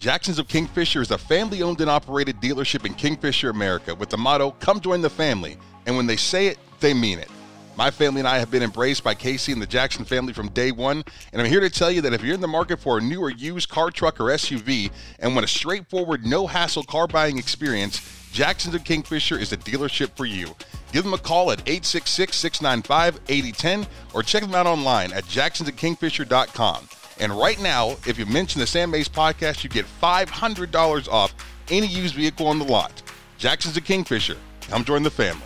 Jackson's of Kingfisher is a family owned and operated dealership in Kingfisher, America, with the motto, Come Join the Family. And when they say it, they mean it. My family and I have been embraced by Casey and the Jackson family from day one, and I'm here to tell you that if you're in the market for a new or used car, truck, or SUV and want a straightforward, no hassle car buying experience, Jackson's of Kingfisher is the dealership for you. Give them a call at 866 695 8010 or check them out online at jacksonsofkingfisher.com. And right now, if you mention the Sam Mays podcast, you get $500 off any used vehicle on the lot. Jackson's of Kingfisher. Come join the family.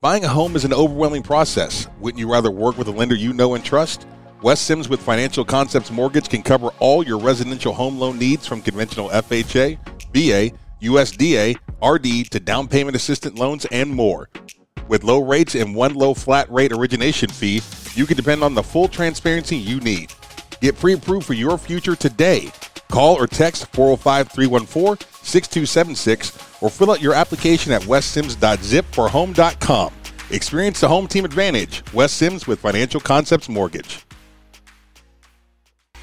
Buying a home is an overwhelming process. Wouldn't you rather work with a lender you know and trust? Wes Sims with Financial Concepts Mortgage can cover all your residential home loan needs from conventional FHA, VA, USDA, RD to down payment assistance loans and more. With low rates and one low flat rate origination fee, you can depend on the full transparency you need. Get pre approved for your future today. Call or text 405 314 6276 or fill out your application at westsims.zip for home.com. Experience the home team advantage. West Sims with Financial Concepts Mortgage.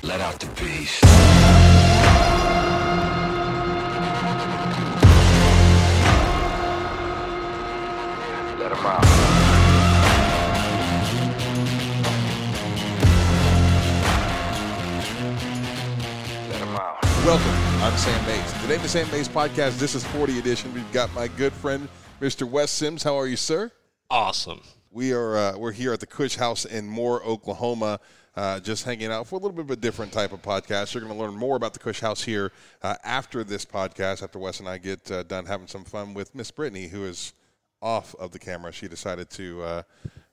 Let out the beast. Let 'em out. Let 'em out. Welcome. I'm Sam Mays. Today, the Sam Mays podcast, this is 40 edition. We've got my good friend, Mr. Wes Sims. How are you, sir? awesome. We are uh, we're here at the Cush House in Moore, Oklahoma, uh, just hanging out for a little bit of a different type of podcast. You're going to learn more about the Cush House here uh, after this podcast. After Wes and I get uh, done having some fun with Miss Brittany, who is off of the camera. She decided to uh,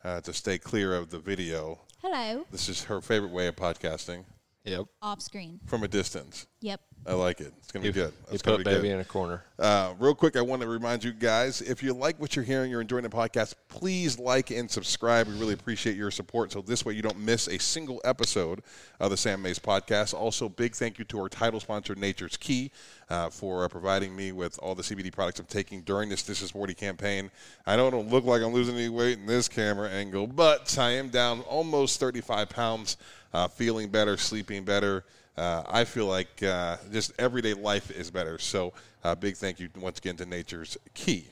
uh, to stay clear of the video. Hello. This is her favorite way of podcasting Yep. Off screen. from a distance. Yep. I like it. It's going to be good. You It's gonna put be good. baby in a corner. Uh, real quick, I want to remind you guys if you like what you're hearing, you're enjoying the podcast, please like and subscribe. We really appreciate your support. So this way you don't miss a single episode of the Sam Mays podcast. Also, big thank you to our title sponsor, Nature's Key, uh, for uh, providing me with all the CBD products I'm taking during this This Is 40 campaign. I know it don't look like I'm losing any weight in this camera angle, but I am down almost 35 pounds, uh, feeling better, sleeping better uh, I feel like uh, just everyday life is better. So, uh, big thank you once again to Nature's Key.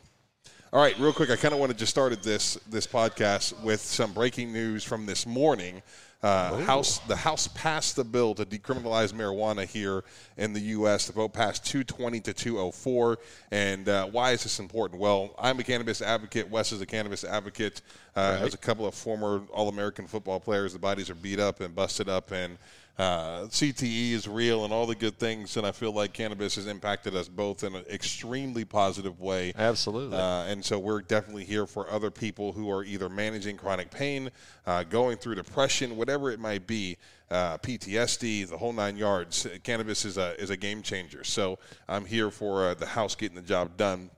All right, real quick, I kind of want to just started this this podcast with some breaking news from this morning. Uh, House the House passed the bill to decriminalize marijuana here in the U.S. The vote passed 220 to 204. And uh, why is this important? Well, I'm a cannabis advocate. Wes is a cannabis advocate. Uh, There's a couple of former All-American football players. The bodies are beat up and busted up, and uh, CTE is real, and all the good things. And I feel like cannabis has impacted us both in an extremely positive way. Absolutely. Uh, and so we're definitely here for other people who are either managing chronic pain, uh, going through depression, whatever it might be, uh, PTSD, the whole nine yards. Cannabis is a is a game changer. So I'm here for uh, the house getting the job done.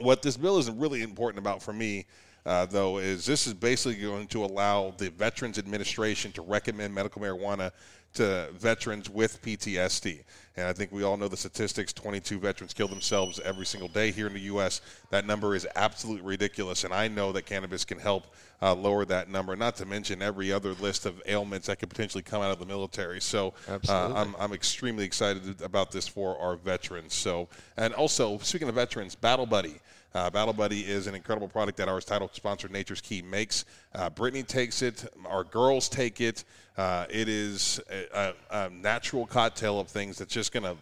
What this bill is really important about for me. Uh, though is this is basically going to allow the Veterans Administration to recommend medical marijuana to veterans with PTSD. And I think we all know the statistics 22 veterans kill themselves every single day here in the U.S. That number is absolutely ridiculous. And I know that cannabis can help uh, lower that number, not to mention every other list of ailments that could potentially come out of the military. So uh, Absolutely. I'm, I'm extremely excited about this for our veterans. So, and also, speaking of veterans, Battle Buddy. Uh, Battle Buddy is an incredible product that our title sponsor Nature's Key makes. Uh, Brittany takes it. Our girls take it. Uh, it is a, a, a natural cocktail of things that's just going to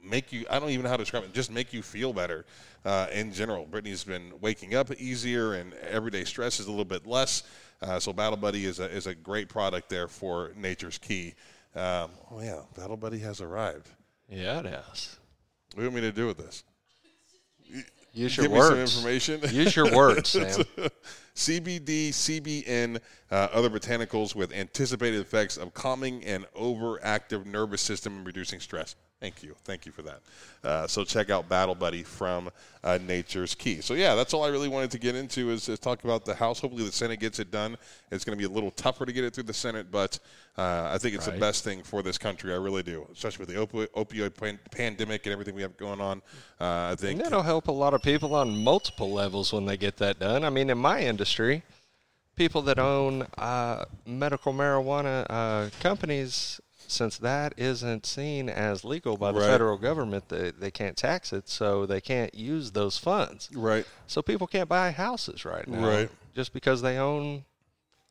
make you, I don't even know how to describe it, just make you feel better uh, in general. Brittany's been waking up easier and everyday stress is a little bit less. Uh, so Battle Buddy is a, is a great product there for Nature's Key. Um, oh, yeah, Battle Buddy has arrived. yeah, it is. What do you want me to do with this? Use your Give me words. some information. Use your words, Sam. CBD, CBN, uh, other botanicals with anticipated effects of calming and overactive nervous system and reducing stress. Thank you. Thank you for that. Uh, so check out Battle Buddy from uh, Nature's Key. So yeah, that's all I really wanted to get into is, is talk about the House. Hopefully the Senate gets it done. It's going to be a little tougher to get it through the Senate, but uh, I think it's the Right. best thing for this country. I really do, especially with the opi- opioid pan- pandemic and everything we have going on. Uh, I think And that'll help a lot of people on multiple levels when they get that done. I mean, in my industry, people that own uh, medical marijuana uh, companies since that isn't seen as legal by the Right. federal government, they, they can't tax it, so they can't use those funds. Right. So people can't buy houses right now, Right. Just because they own,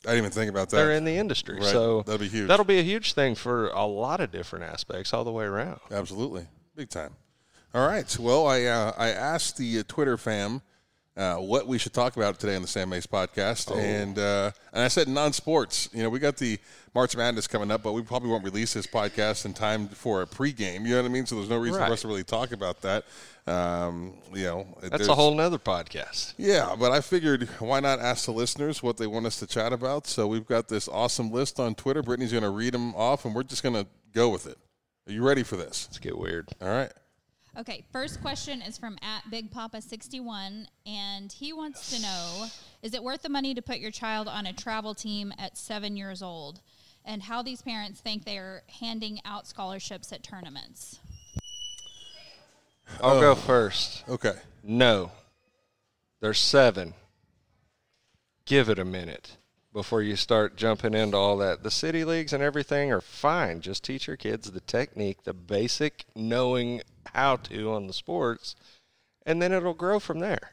I didn't even think about that. they're in the industry. Right. So That'd be huge. That'll be a huge thing for a lot of different aspects, all the way around. Absolutely, big time. All right. Well, I uh, I asked the uh, Twitter fam uh, what we should talk about today on the Sam Mace podcast, and uh, and I said non-sports. You know, we got the March Madness coming up, but we probably won't release this podcast in time for a pregame. You know what I mean? So there's no reason for Right. us to really talk about that. Um, you know, That's a whole nother podcast. Yeah, but I figured why not ask the listeners what they want us to chat about? So we've got this awesome list on Twitter. Brittany's going to read them off, and we're just going to go with it. Are you ready for this? Let's get weird. All right. Okay, first question is from at Big Papa sixty one, and he wants to know: Is it worth the money to put your child on a travel team at seven years old, and how these parents think they are handing out scholarships at tournaments? I'll go first. Okay. No. There's seven. Give it a minute before you start jumping into all that. The city leagues and everything are fine. Just teach your kids the technique, the basic knowing how to on the sports, and then it'll grow from there.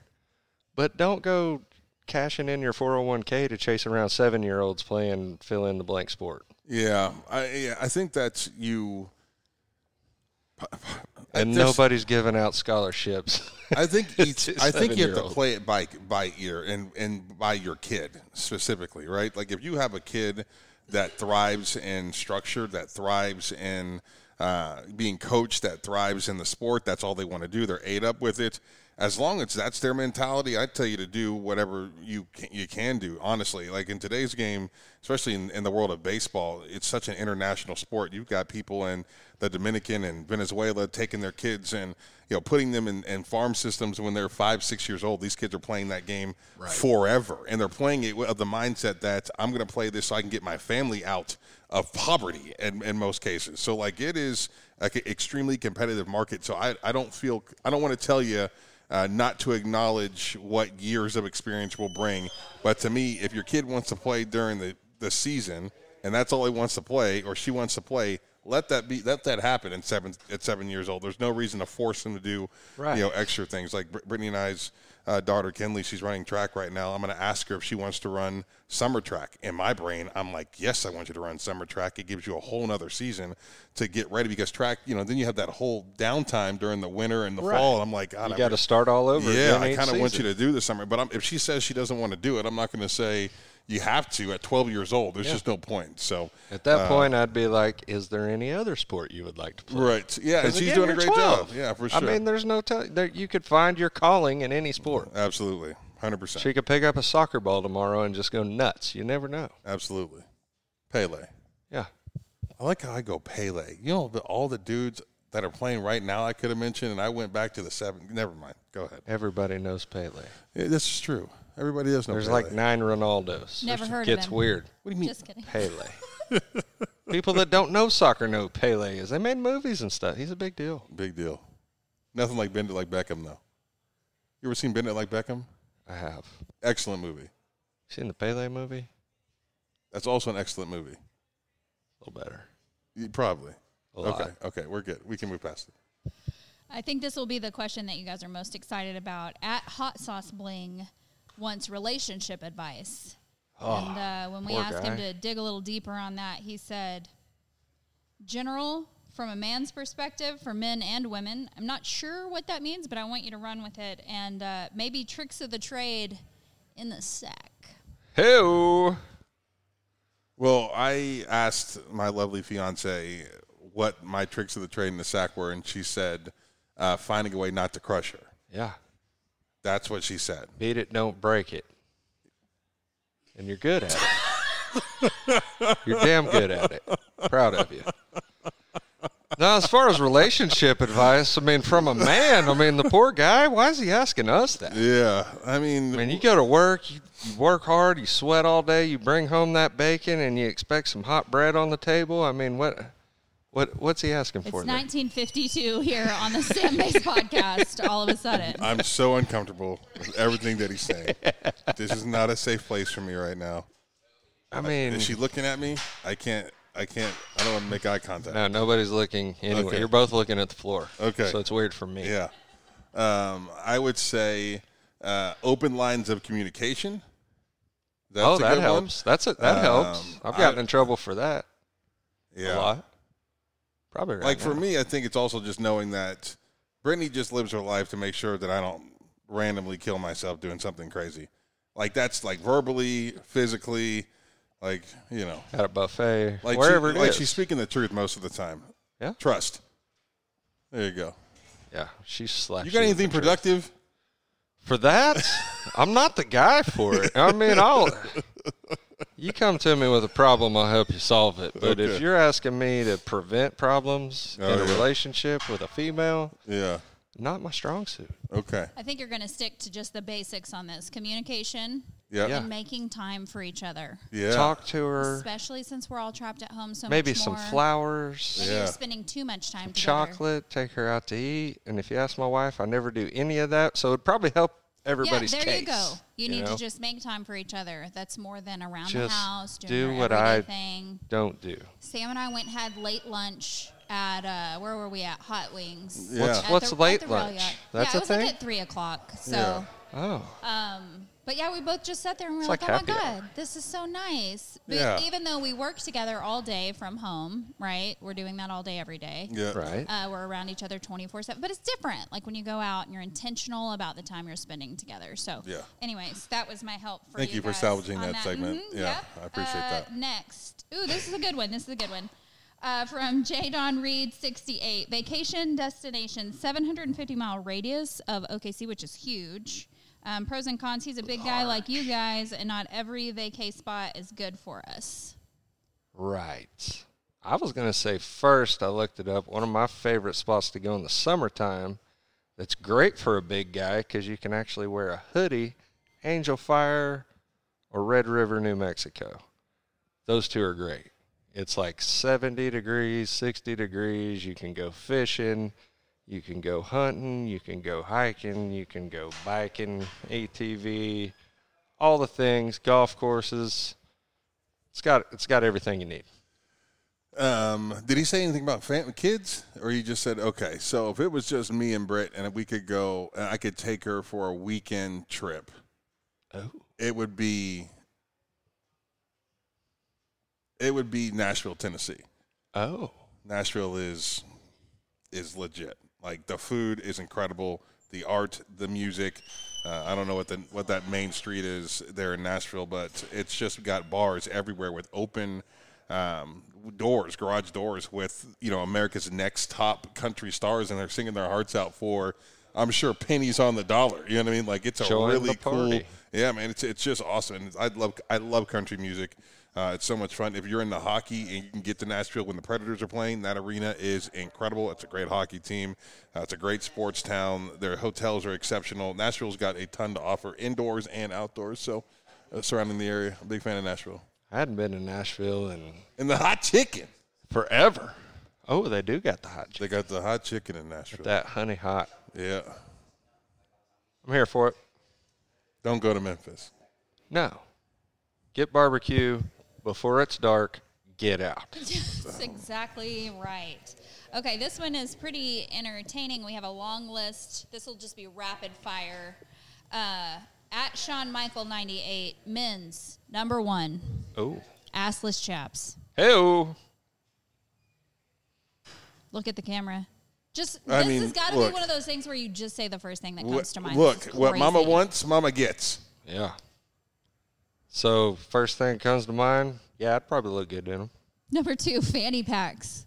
But don't go cashing in your 401k to chase around seven year olds playing fill in the blank sport. Yeah, I yeah, I think that's you. And there's- nobody's giving out scholarships. I think each. To I think you have to seven-year-olds. play it by by ear and and by your kid specifically, right? Like if you have a kid that thrives in structure, that thrives in uh, being coached, that thrives in the sport, that's all they want to do. They're ate up with it. As long as that's their mentality, I tell you to do whatever you can, you can do. Honestly, like in today's game, especially in, in the world of baseball, it's such an international sport. You've got people in the Dominican and Venezuela taking their kids and you know putting them in, in farm systems when they're five, six years old. These kids are playing that game forever, and they're playing it of the mindset that I'm going to play this so I can get my family out of poverty in, in most cases. So like it is like an extremely competitive market. So I, I don't feel I don't want to tell you uh, not to acknowledge what years of experience will bring. But to me, if your kid wants to play during the, the season and that's all he wants to play or she wants to play, let that be let that happen in seven at seven years old. There's no reason to force them to do Right. you know extra things like Br- Brittany and I's. Uh, daughter Kinley, she's running track right now. I'm going to ask her if she wants to run summer track. In my brain, I'm like, yes, I want you to run summer track. It gives you a whole nother season to get ready because track, you know, then you have that whole downtime during the winter and the Right. fall. And I'm like, God, you I got to start all over. yeah, again I each kind of want you season. to do this summer. But I'm, if she says she doesn't want to do it, I'm not going to say you have to at 12 years old. There's just no point. So, At uh, that point, I'd be like, "Is there any other sport you would like to play?" right. Yeah, and 'Cause she's again, doing a you're great 12. job. Yeah, for sure. I mean, there's no tell there, you could find your calling in any sport. Absolutely. 100%. She could pick up a soccer ball tomorrow and just go nuts. You never know. Absolutely. Pele. Yeah, I like how I go Pele. You know, the, all the dudes that are playing right now I could have mentioned, and I went back to the seven. Never mind. Go ahead. everybody knows Pele. Yeah, this is true. Everybody does know There's Oh, Pele. like nine Ronaldos. Never It heard of Gets him. weird. what do you mean? Just kidding. Pele. People that don't know soccer know who Pele is. They made movies and stuff. He's a big deal. Big deal. Nothing like Bend It Like Beckham, though. You ever seen Bend It Like Beckham? I have Excellent movie. seen the Pele movie. That's also an excellent movie. A little better. You- Probably. A lot. Okay. Okay. We're good. We can move past it. I think this will be the question that you guys are most excited about. At Hot Sauce Bling wants relationship advice. and uh, when we Ah, poor asked guy. him to dig a little deeper on that, he said, general, from a man's perspective, for men and women, I'm not sure what that means, but I want you to run with it. And uh, maybe tricks of the trade in the sack. Hey. Well, I asked my lovely fiance what my tricks of the trade in the sack were, and she said, uh, finding a way not to crush her. Yeah. That's what she said. Beat it, don't break it. And you're good at it. you're damn good at it. Proud of you. Now, as far as relationship advice, I mean, from a man, I mean, the poor guy, why is he asking us that? Yeah. I mean, I mean, you go to work, you, you work hard, you sweat all day, you bring home that bacon, and you expect some hot bread on the table. I mean, what, what, what's he asking It's for? there? 1952 here on the Sam Base podcast, all of a sudden. I'm so uncomfortable with everything that he's saying. this is not a safe place for me right now. I mean, Is she looking at me? I can't. I can't. I don't want to make eye contact. No, nobody's looking anyway. Okay. You're both looking at the floor. Okay. So it's weird for me. Yeah. Um, I would say uh, open lines of communication. That's oh, a that good helps. That's a, that helps. Um, I've gotten I- in trouble for that One. Yeah. a lot. Probably right Like for now. me, I think it's also just knowing that Brittany just lives her life to make sure that I don't randomly kill myself doing something crazy. Like that's like verbally, physically, like you know, at a buffet, like wherever she, it like is. she's speaking the truth most of the time. Yeah. Trust. There you go. yeah, she's slashing. You got anything productive? for that? I'm not the guy for it. I mean, I'll. You come to me with a problem, I'll help you solve it. But if Okay. you're asking me to prevent problems Oh, in a yeah. relationship with a female, Yeah. not my strong suit. Okay. I think you're going to stick to just the basics on this communication Yeah. Yeah. and making time for each other, Yeah. Talk to her. especially since we're all trapped at home so Maybe much some more. flowers. Maybe Yeah. you're spending too much time together. chocolate, take her out to eat. And if you ask my wife, I never do any of that. So it'd probably help everybody's yeah, there case. you go. You, need know? to just make time for each other. That's more than around the Just house, doing do your what everyday I- thing. Don't do. Sam and I went and had late lunch at uh, where were we at? Hot Wings. Yeah. What's- At what's the- at late the Rail lunch? Yacht. yeah, That's a it was like thing? at three o'clock. So, Yeah. Oh, um, but yeah, we both just sat there and we It's were like like, "Oh my happy hour." god, this is so nice." But Yeah. even though we work together all day from home, right? We're doing that all day every day. Yeah. right. Uh, we're around each other 24 7 but it's different like when you go out and you're intentional about the time you're spending together so Yeah. anyways that was my help for Thank you for guys salvaging on that segment. Mhm, Yeah, yep. I appreciate Uh, that. next ooh this is a good one this is a good one uh, from J. Don Reed, 68. Vacation destination, 750 mile radius of OKC, which is huge. Um, pros and cons. He's a big guy like you guys, and not every vacay spot is good for us. Right. I was going to say first, I looked it up. One of my favorite spots to go in the summertime that's great for a big guy because you can actually wear a hoodie, Angel Fire or Red River, New Mexico. Those two are great. It's like 70 degrees, 60 degrees. You can go fishing, you can go hunting, you can go hiking, you can go biking, ATV, all the things, golf courses. It's got it's got everything you need. Um, did he say anything about fam- kids, or he just said, "Okay, so if it was just me and Britt, and we could go, and I could take her for a weekend trip, Oh. it would be, it would be Nashville, Tennessee. Oh. Nashville is, is legit. Like the food is incredible, the art, the music. Uh, I don't know what the what that main street is there in Nashville, but it's just got bars everywhere with open um, doors, garage doors with you know America's next top country stars, and they're singing their hearts out for. I'm sure pennies on the dollar. You know what I mean? Like it's a Join the really cool. party. Yeah, man, it's it's just awesome. And I love I love country music. Uh, it's so much fun. If you're into hockey and you can get to Nashville when the Predators are playing, that arena is incredible. It's a great hockey team. Uh, it's a great sports town. Their hotels are exceptional. Nashville's got a ton to offer indoors and outdoors. So, uh, surrounding the area, I'm a big fan of Nashville. I hadn't been to Nashville in And the hot chicken. forever. Oh, they do got the hot They chicken. got the hot chicken in Nashville. That honey hot. Yeah. I'm here for it. Don't go to Memphis. No. Get barbecue before it's dark. Get out. That's exactly right. Okay, this one is pretty entertaining. We have a long list. This will just be rapid fire. Uh, at Sean Michael 98, men's number one, Oh. assless chaps. Hey. Look at the camera. Just this I mean, has got to look. be one of those things where you just say the first thing that Wh- comes to mind. Look, This is what mama crazy. wants, mama gets. Yeah. So first thing that comes to mind, yeah, I'd probably look good in them. Number two, fanny packs.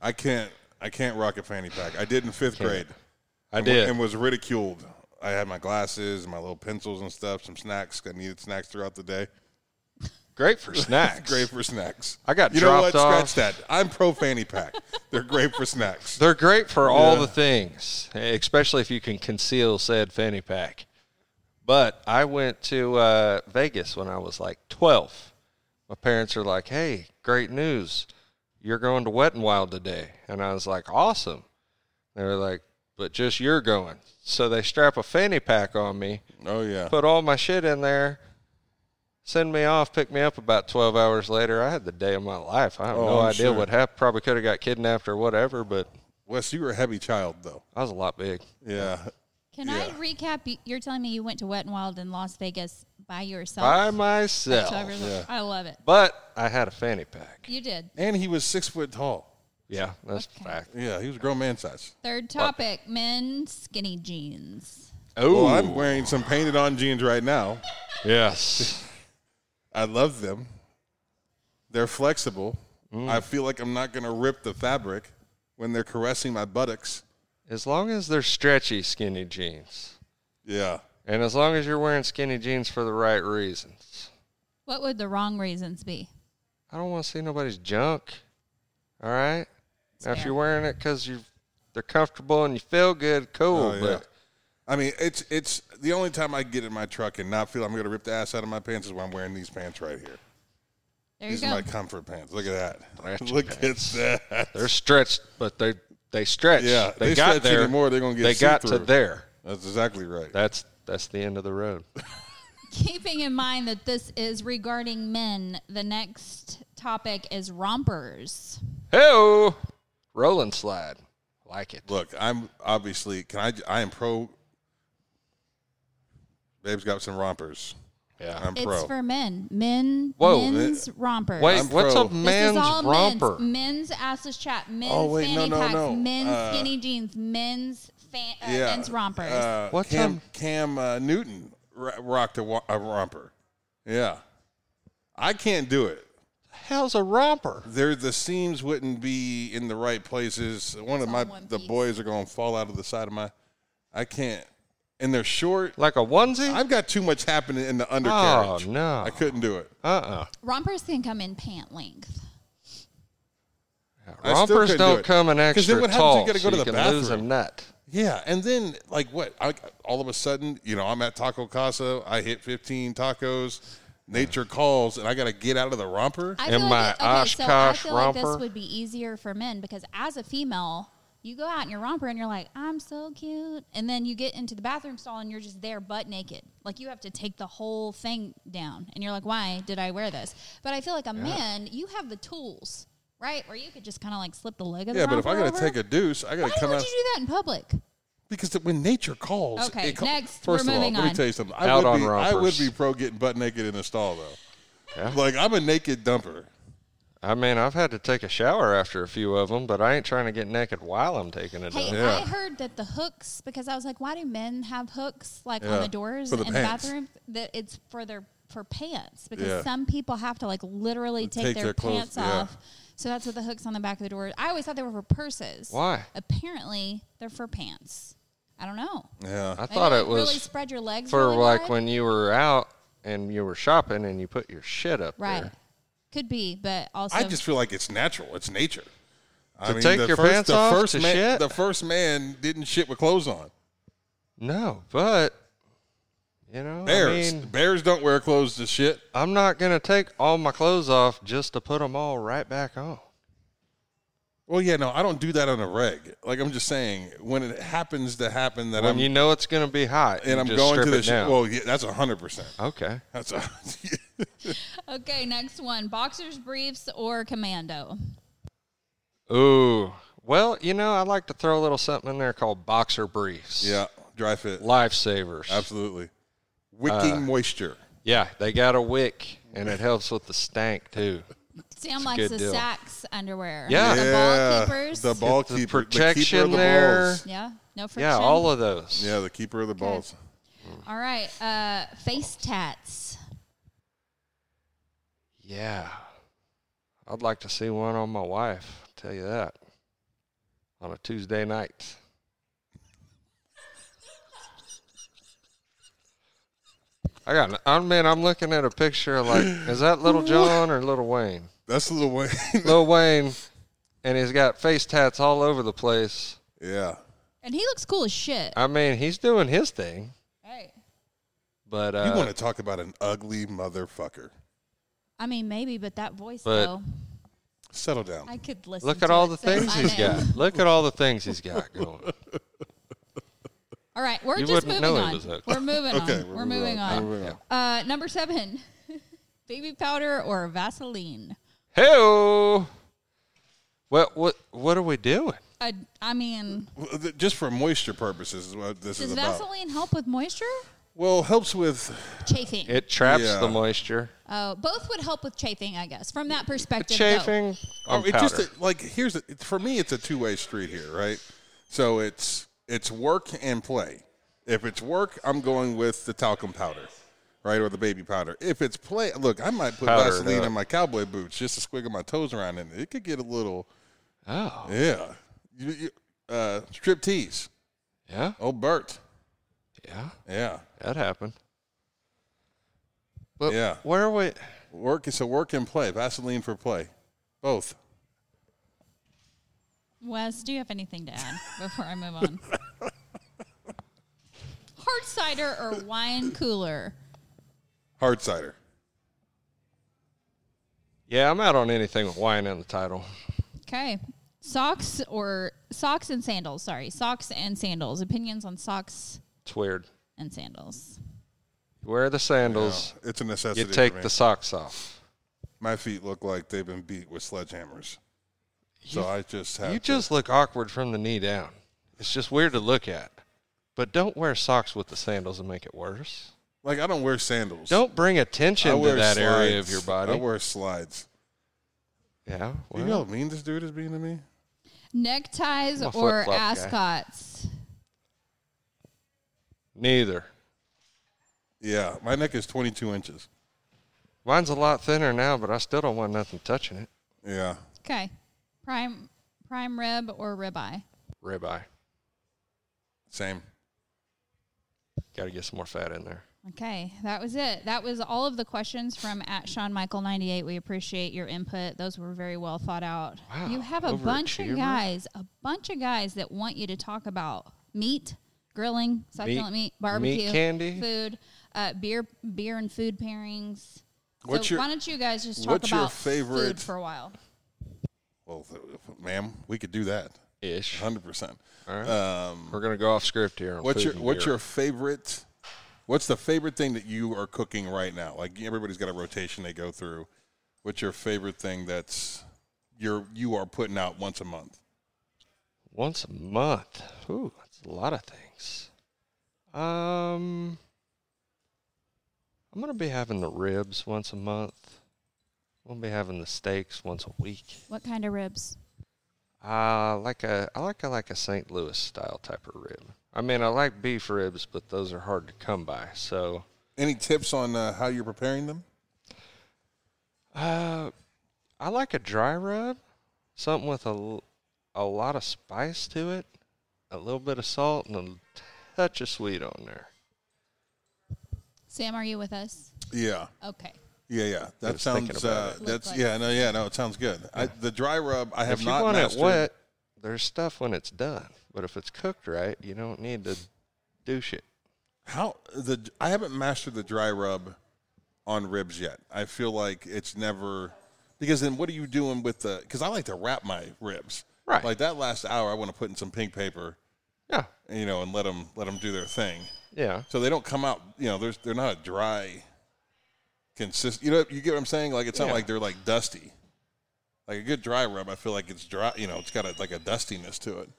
I can't I can't rock a fanny pack. I did in fifth grade. I and did. wa- and was ridiculed. I had my glasses, my little pencils and stuff, some snacks. I needed snacks throughout the day. Great for snacks. great for snacks. I got you know what? dropped off. Scratch that. I'm pro fanny pack. They're great for snacks. They're great for all Yeah. the things, especially if you can conceal said fanny pack. But I went to uh, Vegas when I was like 12. My parents are like, hey, great news. You're going to Wet and Wild today. And I was like, awesome. They were like, but just you're going. So they strap a fanny pack on me, Oh yeah. put all my shit in there, send me off, pick me up about 12 hours later. I had the day of my life. I have Oh, no I'm idea sure. what happened. Probably could have got kidnapped or whatever, but Wes, you were a heavy child though. I was a lot big. Yeah. Can I Yeah. recap? You- You're telling me you went to Wet and Wild in Las Vegas by yourself. By That's myself. what I really- yeah. I love it. But I had a fanny pack. You did. And he was six foot tall. Yeah, that's Okay. a fact. Yeah, he was a grown man size. Third topic: men skinny jeans. Well, Oh, I'm wearing some painted on jeans right now. yes. I love them. They're flexible. I feel like I'm not going to rip the fabric when they're caressing my buttocks. As long as they're stretchy, skinny jeans. Yeah. And as long as you're wearing skinny jeans for the right reasons. What would the wrong reasons be? I don't want to see nobody's junk. All right? now, if fair. you're wearing it because they're comfortable and you feel good, cool. Oh, yeah. But I mean, it's it's the only time I get in my truck and not feel I'm going to rip the ass out of my pants is when I'm wearing these pants right here. There These you are go. my comfort pants. Look at that. Stretch Look at that. They're stretched, but they they stretch. Yeah, they, they got stretch there. anymore, they're gonna get They got to see-through. there. That's exactly right. That's that's the end of the road. Keeping in mind that this is regarding men, the next topic is rompers. Hey, roll and slide, like it. Look, I'm obviously can I I am pro. Babe's got some rompers. Yeah. I'm It's pro. for men. Men. Whoa. eh, Men's rompers. Wait, I'm what's pro. a This man's this is all romper? men's. Mm. Men's assless chat. Men's Oh, wait, no, fanny no, packs. no. Men's Uh, skinny jeans. Men's fan, uh, men's rompers. Uh, What's Cam, on- Cam uh, Newton ro- rocked a, wa- a romper. Yeah, I can't do it. How's a romper? There, the seams wouldn't be in the right places. One of on my one the piece. boys are gonna fall out of the side of my. I can't, and they're short. Like a onesie? I've got too much happening in the undercarriage. Oh, no. I couldn't do it. uh-uh. Rompers can come in pant length. I still Rompers couldn't don't do it. come in 'Cause extra then what happens? tall. You gotta go so to you the can lose a bathroom. nut. Yeah, and then like what? I, all of a sudden, you know, I'm at Taco Casa. I hit 15 tacos. Nature calls, and I got to get out of the romper. I In feel like my it- okay, so I Oshkosh feel like romper. this would be easier for men because as a female, you go out in your romper and you're like, I'm so cute. And then you get into the bathroom stall and you're just there butt naked. Like you have to take the whole thing down. And you're like, why did I wear this? But I feel like a man, you have the tools, right? Where you could just kind of like slip the leg of yeah, the but if I romper got to over. take a deuce, I got Why to come would out you do that in public? because when nature calls. Okay, it ca- next, First we're of all, moving let me on. tell you something. I Out would on be, I would rompers. be pro getting butt naked in a stall though. Yeah. Like I'm a naked dumper. I mean, I've had to take a shower after a few of them, but I ain't trying to get naked while I'm taking a Hey, dump. I heard that the hooks because I was like, why do men have hooks like Yeah, on the doors for the in pants. bathrooms? That it's for their for pants because Yeah. some people have to like literally take, Take their, their clothes- pants yeah. off. So that's what the hooks on the back of the door. I always thought they were for purses. Why? Apparently, they're for pants. I don't know. Yeah. I thought Maybe it was really spread your legs for really like wide. when you were out and you were shopping and you put your shit up right. there. Could be, but also I just feel like it's natural. It's nature. I To take your pants off first to man, shit? The first man didn't shit with clothes on. No, but you know, Bears, I mean, bears don't wear clothes to shit. I'm not gonna take all my clothes off just to put them all right back on. Well, yeah, no, I don't do that on a reg. Like I'm just saying, when it happens to happen that When I'm you know it's gonna be hot, and you I'm just going strip to the it sh- down. well, yeah, that's hundred percent. okay, That's a, okay. Next one: boxers, briefs, or commando. ooh, well, you know, I like to throw a little something in there called boxer briefs. yeah, dry fit, lifesavers. absolutely. Wicking moisture. Yeah, they got a wick, and it helps with the stank too. Sam a likes good the deal. Saks underwear. Yeah. the ball keepers. the ball Get the keeper, the keeper protection of the there. balls. Yeah, no friction. Yeah, all of those. Yeah, the keeper of the balls. All right, uh, face tats. Yeah. I'd like to see one on my wife, I'll tell you that. On a Tuesday night. I got an- I mean I'm looking at a picture of like is that little John or little Wayne? That's a little way. Little Wayne and he's got face tats all over the place. yeah, And he looks cool as shit. I mean, he's doing his thing, Right. but you uh, want to talk about an ugly motherfucker? I mean, maybe, but that voice But- though, Settle down. I could listen. look to at all it the for things five he's got. minutes. Look at all the things he's got going. All right, we're You just wouldn't moving know he on. was hooked. We're moving on. Okay, We're moving on. Uh, number seven. baby powder or Vaseline? Hey, what what what are we doing? I, Uh, I mean, Well, th- Just for moisture purposes is what this does is about. Vaseline help with moisture? Well, helps with Chafing. It traps Yeah. the moisture. oh, both would help with chafing, I guess, from that perspective. though. Chafing. Oh, on it just powder. it- like here's the, it- for me it's a two way street here, right? So it's it's work and play. If it's work, I'm going with the talcum powder, right, or the baby powder. If it's play, look, I might put Powder it Vaseline up. on my cowboy boots just to squiggle my toes around, and it could get a little oh yeah. You, you, uh, strip tease, yeah oh Bert, yeah yeah. that happened. But Yeah. where are we? Work is a work and play. Vaseline for play, both. Wes, do you have anything to add before I move on? Hard cider or wine cooler? Hard cider. Yeah, I'm out on anything with wine in the title. Okay. Socks or socks and sandals, sorry. Socks and sandals. Opinions on socks It's weird. and sandals. You wear the sandals. It's a You necessity. for take me. the socks off. My feet look like they've been beat with sledgehammers. So I just have You to- just look awkward from the knee down. It's just weird to look at. But don't wear socks with the sandals and make it worse. like I don't wear sandals. Don't bring attention I to wear that area slides. of your body. I wear slides. yeah. Do you know how mean this dude is being to me? Neckties I'm a or flip-flop guy. ascots? Neither. Yeah, my neck is 22 inches. Mine's a lot thinner now, but I still don't want nothing touching it. Yeah, Okay. Prime prime rib or ribeye? Ribeye. same. Got to get some more fat in there. Okay, that was it. That was all of the questions from at Sean Michael ninety eight. We appreciate your input. Those were very well thought out. Wow, you have a bunch of overachiever. guys, a bunch of guys that want you to talk about meat, grilling, succulent meat, Meat- barbecue, meat candy. food, uh, beer, beer and food pairings. What's so your- why don't you guys just talk what's your about favorite- food for a while? Well, th- ma'am, we could do that. Ish. 100. percent um, We're gonna go off script here. on What's your food and What's beer. your favorite? What's the favorite thing that you are cooking right now? Like everybody's got a rotation they go through. What's your favorite thing that's you're you are putting out once a month? once a month? Ooh, that's a lot of things. Um, I'm gonna be having the ribs once a month. I'm gonna be having the steaks once a week. What kind of ribs? Uh, like a I like a like a St. Louis style type of rib. I mean, I like beef ribs, but those are hard to come by. So Any tips on uh, how you're preparing them? Uh, I like a dry rub, something with a, l- a lot of spice to it, a little bit of salt, and a touch of sweet on there. Sam, are you with us? Yeah. Okay. Yeah, yeah, that was thinking sounds. about Uh, it. Look that's like- yeah, no, yeah, no, it sounds good. I, the dry rub, I have if you not want mastered. it wet, there's stuff when it's done, but if it's cooked right, you don't need to douche it. How the I haven't mastered the dry rub on ribs yet. I feel like it's never because then what are you doing with the? Because I like to wrap my ribs. Right. Like that last hour, I want to put in some pink paper, Yeah, you know, and let them let them do their thing. yeah, So they don't come out. You know, there's they're not a dry. Consist. You know, you get what I'm saying. Like it's not Yeah. like they're like dusty. Like a good dry rub, I feel like it's dry. You know, it's got a, like a dustiness to it.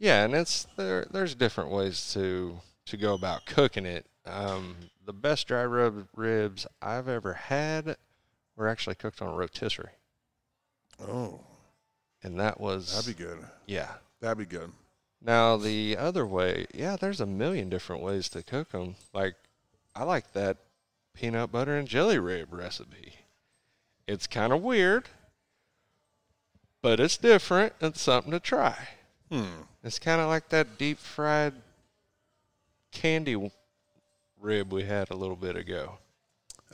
yeah. And it's there. There's different ways to to go about cooking it. Um, the best dry rub ribs I've ever had were actually cooked on rotisserie, Oh, and that was that'd be good. yeah. That'd be good. Now the other way, yeah, there's a million different ways to cook them. Like I like that peanut butter and jelly rib recipe. It's kind of weird, but it's different and something to try. It's kind of like that deep fried candy w- rib we had a little bit ago.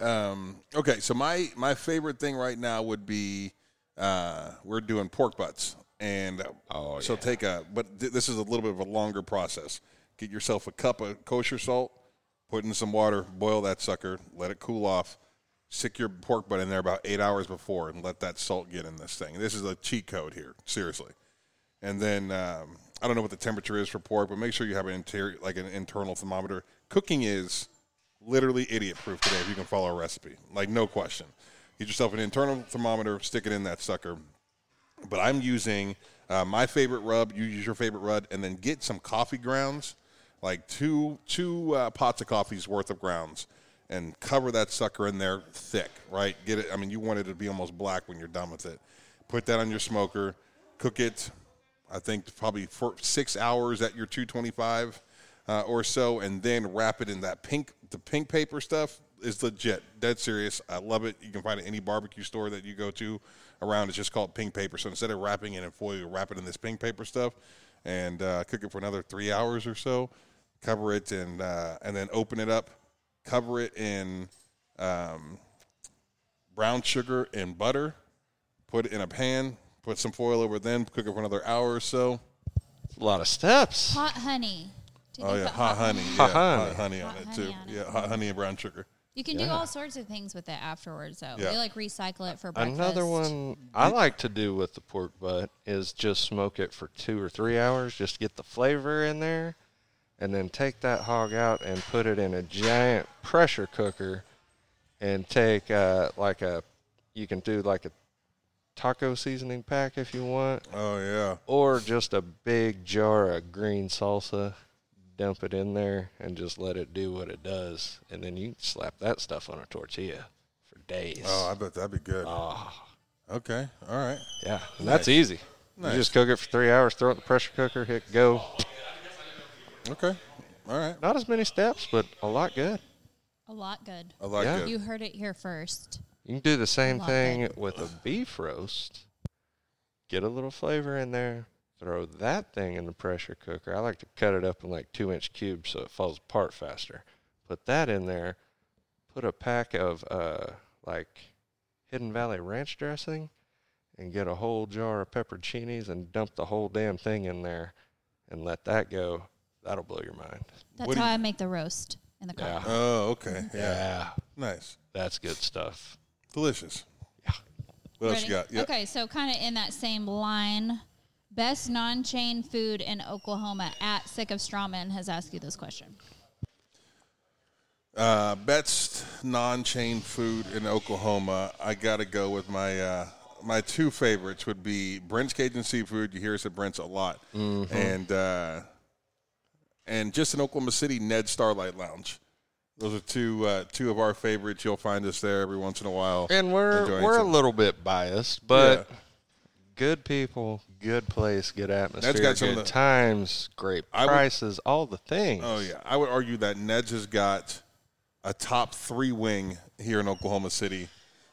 Um, okay, so my my favorite thing right now would be uh, we're doing pork butts, and Oh, so yeah. take a. But th- this is a little bit of a longer process. Get yourself a cup of kosher salt, put in some water, boil that sucker, let it cool off. Stick your pork butt in there about eight hours before, and let that salt get in this thing. This is a cheat code here, seriously. And then um, I don't know what the temperature is for pork, but make sure you have an interior, like an internal thermometer. Cooking is literally idiot proof today if you can follow a recipe. Like, no question. Get yourself an internal thermometer, stick it in that sucker. But I'm using uh, my favorite rub. You use your favorite rub, and then get some coffee grounds, like two two uh, pots of coffee's worth of grounds, and cover that sucker in there thick. Right? Get it. I mean, you want it to be almost black when you're done with it. Put that on your smoker. Cook it. I think probably for six hours at your 225 uh, or so, and then wrap it in that pink. The pink paper stuff is legit, dead serious. I love it. You can find it at any barbecue store that you go to around. It's just called pink paper. So instead of wrapping it in foil, you wrap it in this pink paper stuff and uh, cook it for another three hours or so. Cover it and uh, and then open it up. Cover it in um, brown sugar and butter. Put it in a pan. Put some foil over. it Then cook it for another hour or so. It's a lot of steps. Hot honey. Do Oh they yeah, put hot honey, yeah, Hot hot honey. honey, on Hot it honey too. on it. Yeah, hot honey and brown sugar. You can do all sorts of things with it afterwards, though. Yeah. They like recycle it for breakfast. Another one I like to do with the pork butt is just smoke it for two or three hours, just get the flavor in there, and then take that hog out and put it in a giant pressure cooker, and take uh, like a you can do like a taco seasoning pack if you want, Oh yeah, or just a big jar of green salsa. Dump it in there and just let it do what it does, and then you can slap that stuff on a tortilla for days. oh I bet that'd be good. Ah. Okay, all right. Yeah, and that's easy. You just cook it for three hours, throw it in the pressure cooker, hit go. Okay, all right. Not as many steps, but a lot good. A lot good. I like Yeah. it. You heard it here first. You can do the same Love thing it. with a beef roast. Get a little flavor in there. Throw that thing in the pressure cooker. I like to cut it up in like two inch cubes so it falls apart faster. Put that in there. Put a pack of uh, like Hidden Valley ranch dressing and get a whole jar of pepperoncinis and dump the whole damn thing in there and let that go. That'll blow your mind. That's What do how you- I make the roast in the car. Yeah. Oh okay, yeah. Yeah. nice, That's good stuff. delicious. What else you Ready? got? Yeah. Okay, so kind of in that same line, best non-chain food in Oklahoma at Sick of Strawman has asked you this question. Uh, best non-chain food in Oklahoma. I gotta go with my uh, my two favorites would be Brent's Cajun Seafood. You hear us at Brent's a lot, and uh, and just in Oklahoma City, Ned Starlight Lounge. Those are two uh, two of our favorites. You'll find us there every once in a while. And we're enjoying we're a some- little bit biased, but Yeah. good people, good place, good atmosphere, got some good of the- times, great I would- prices, all the things. Oh yeah, I would argue that Ned's has got a top three wing here in Oklahoma City.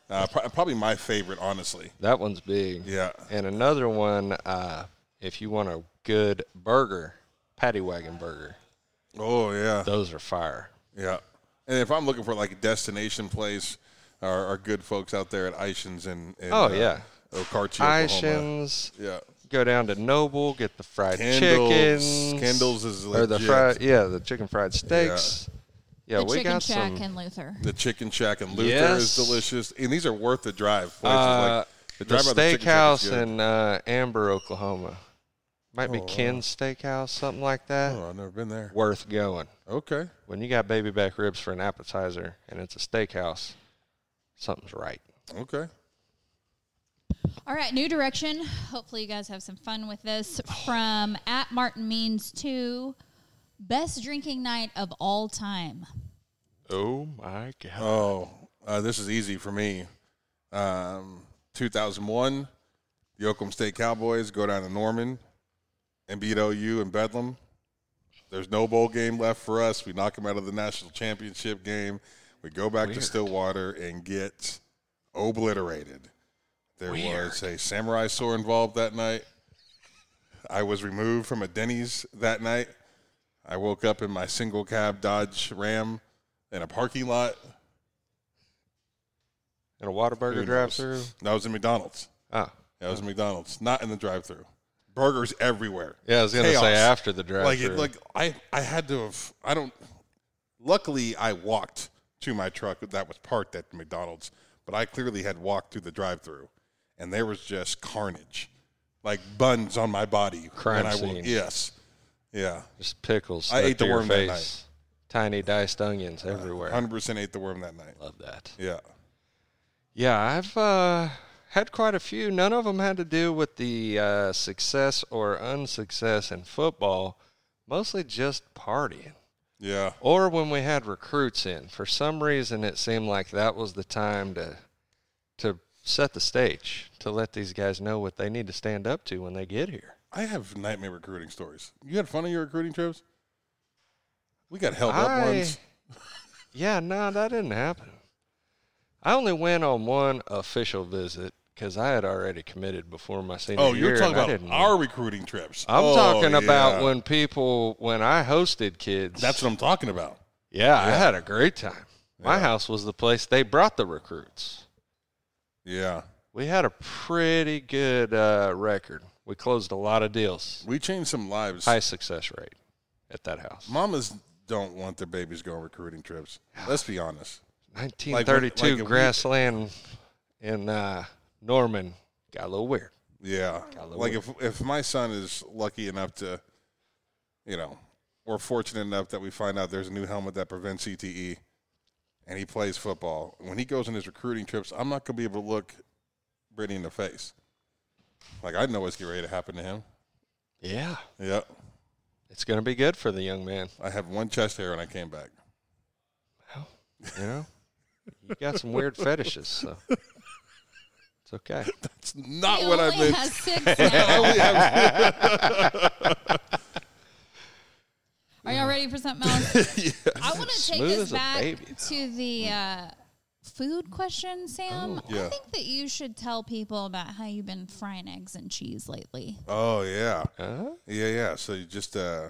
Uh, pro- probably my favorite, honestly. That one's big. Yeah. And another one, uh, if you want a good burger, patty wagon burger, Oh yeah. those are fire. Yeah. And if I'm looking for like a destination place, our, our good folks out there at Ishans and, and Oh, yeah. Okarche, uh, Oklahoma. Ishans, Yeah. go down to Noble, get the fried Kendall's. chickens. Kendall's is or the legit. fried, yeah, the chicken fried steaks. Yeah, the we Chicken got Shack some. and Luther. The Chicken Shack and Luther Yes. is delicious, and these are worth the drive. Places Uh, like the, by the Chicken Shack is steakhouse good. in uh, Amber, Oklahoma. Might be Ken's Steakhouse, something like that. oh, I've never been there. Worth going. Okay. When you got baby back ribs for an appetizer and it's a steakhouse, something's right. Okay. All right, new direction. Hopefully, you guys have some fun with this. From at Martin Means to best drinking night of all time. Oh my god! Oh, uh, this is easy for me. Um, 2001, the Oklahoma State Cowboys go down to Norman and beat OU in Bedlam. There's no bowl game left for us. We knock them out of the national championship game. We go back to Stillwater and get obliterated. There was a samurai sword involved that night. I was removed from a Denny's that night. I woke up in my single cab Dodge Ram in a parking lot. And a Whataburger Who drive knows? through. That was in McDonald's. Ah, That was in McDonald's, not in the drive-through. Burgers everywhere. yeah. I was gonna Chaos. say after the drive Like, through. it, like I, I had to have. I don't. Luckily, I walked to my truck that was parked at McDonald's, but I clearly had walked through the drive-through, and there was just carnage, like buns on my body. Crime when I wa- scene. Yes. Yeah. just pickles. I stuck ate to the your worm that face. night. tiny diced onions everywhere. 100% ate the worm that night. Love that. Yeah. Yeah, I've uh, had quite a few. None of them had to do with the uh, success or unsuccess in football, mostly just partying. Yeah. Or when we had recruits in. For some reason, it seemed like that was the time to to set the stage, to let these guys know what they need to stand up to when they get here. I have nightmare recruiting stories. You had fun on your recruiting trips? We got held up I- once. Yeah, no, that didn't happen. I only went on one official visit because I had already committed before my senior Oh, year. you're talking and I about didn't- our recruiting trips. I'm Oh, talking yeah. about when people, when I hosted kids. That's what I'm talking about. yeah, I had a great time. My house was the place they brought the recruits. Yeah. We had a pretty good uh, record. We closed a lot of deals. We changed some lives. High success rate at that house. Mamas don't want their babies going recruiting trips. Let's be honest. 1932 like a week- grassland in uh, Norman got a little weird. Yeah. Gotta Like if if my son is lucky enough to, you know, or fortunate enough that we find out there's a new helmet that prevents CTE, and he plays football. When he goes on his recruiting trips, I'm not gonna be able to look Brittany in the face. Like I know what's getting ready to happen to him. Yeah, Yeah. it's going to be good for the young man. I have one chest hair and I came back. You know, you got some weird fetishes, so it's okay. It's not He what I only meant. has six now. Are y'all ready for something else? I want to take Smooth us as a back baby. to the uh, food question, Oh, Sam. Yeah. I think that you should tell people about how you've been frying eggs and cheese lately. Oh yeah. Huh? Yeah, yeah. So you just, uh,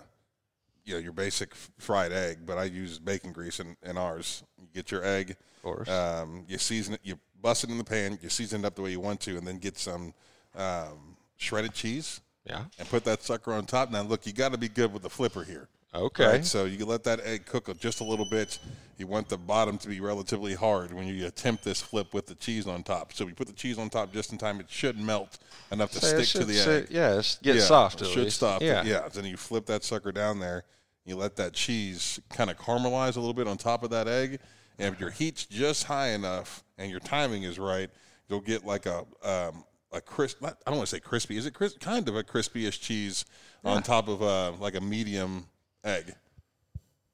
you know, your basic f- fried egg, but I use bacon grease in, in ours. You get your egg, of course. Um, you season it, you bust it in the pan, you season it up the way you want to, and then get some um, shredded cheese Yeah. and put that sucker on top. Now, look, you got to be good with the flipper here. Okay. Right? So you can let that egg cook just a little bit. You want the bottom to be relatively hard when you attempt this flip with the cheese on top. So we put the cheese on top just in time. It should melt enough to Say it stick to should the sit- egg. yeah, it's get Yeah, soft. It at should least. stop. Yeah. Yeah. yeah. Then you flip that sucker down there. You let that cheese kind of caramelize a little bit on top of that egg. And if your heat's just high enough and your timing is right, you'll get like a um, a crisp. Not, I don't want to say crispy. Is it crisp? Kind of a crispyish cheese on top of uh, like a medium egg.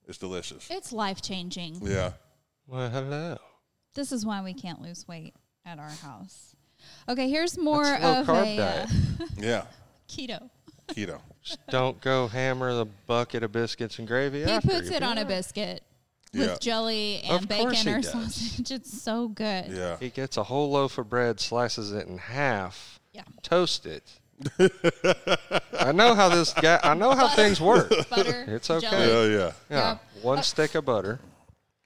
It's delicious. It's life changing. Yeah. Well, hello. This is why we can't lose weight at our house. Okay, here's more That's a low of carb a diet. uh, Yeah. keto. Keto. Just don't go hammer the bucket of biscuits and gravy He after puts you. it on a biscuit Yeah. with jelly and Of course bacon he or does. sausage. It's so good. Yeah. He gets a whole loaf of bread, slices it in half, Yeah. toast it. I know how this guy. I know how things work. Butter. It's okay. jelly. Yeah. Oh, Yeah. Yeah, Yeah. one stick of butter.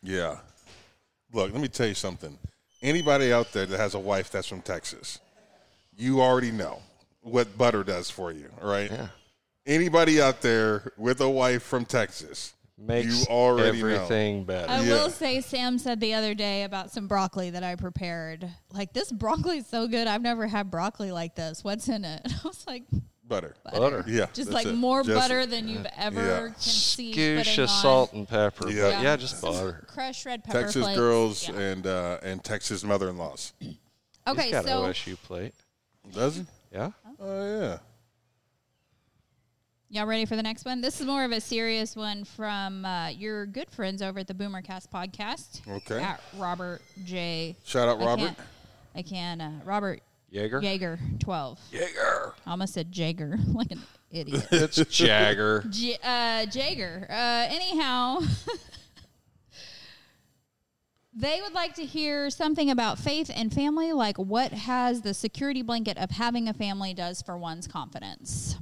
Yeah. Look, let me tell you something. Anybody out there that has a wife that's from Texas, you already know what butter does for you, right? Yeah, Anybody out there with a wife from Texas, makes you already know. everything better. I Yeah. will say, Sam said the other day about some broccoli that I prepared. Like, this broccoli's so good. I've never had broccoli like this. What's in it? I was like, Butter. butter. Yeah. just that's like it. more Just- butter than you've ever Yeah. conceived. Goosh putting of on. salt and pepper. Yeah. Yeah, Yeah. yeah just butter. Crushed red pepper. Texas flakes. girls Yeah. and uh, and Texas mother in laws. Okay, He's got so an OSU plate. Does he? Yeah. Oh, yeah. y'all ready for the next one? This is more of a serious one from uh, your good friends over at the Boomercast podcast. Okay. At Robert J. Shout out, I Robert. can't- I can. Uh, Robert Jaeger. Jaeger, 12. Jaeger. Almost said Jaeger, like an idiot. It's Jagger. J- uh, Jaeger. Uh, anyhow, they would like to hear something about faith and family, like what has the security blanket of having a family does for one's confidence.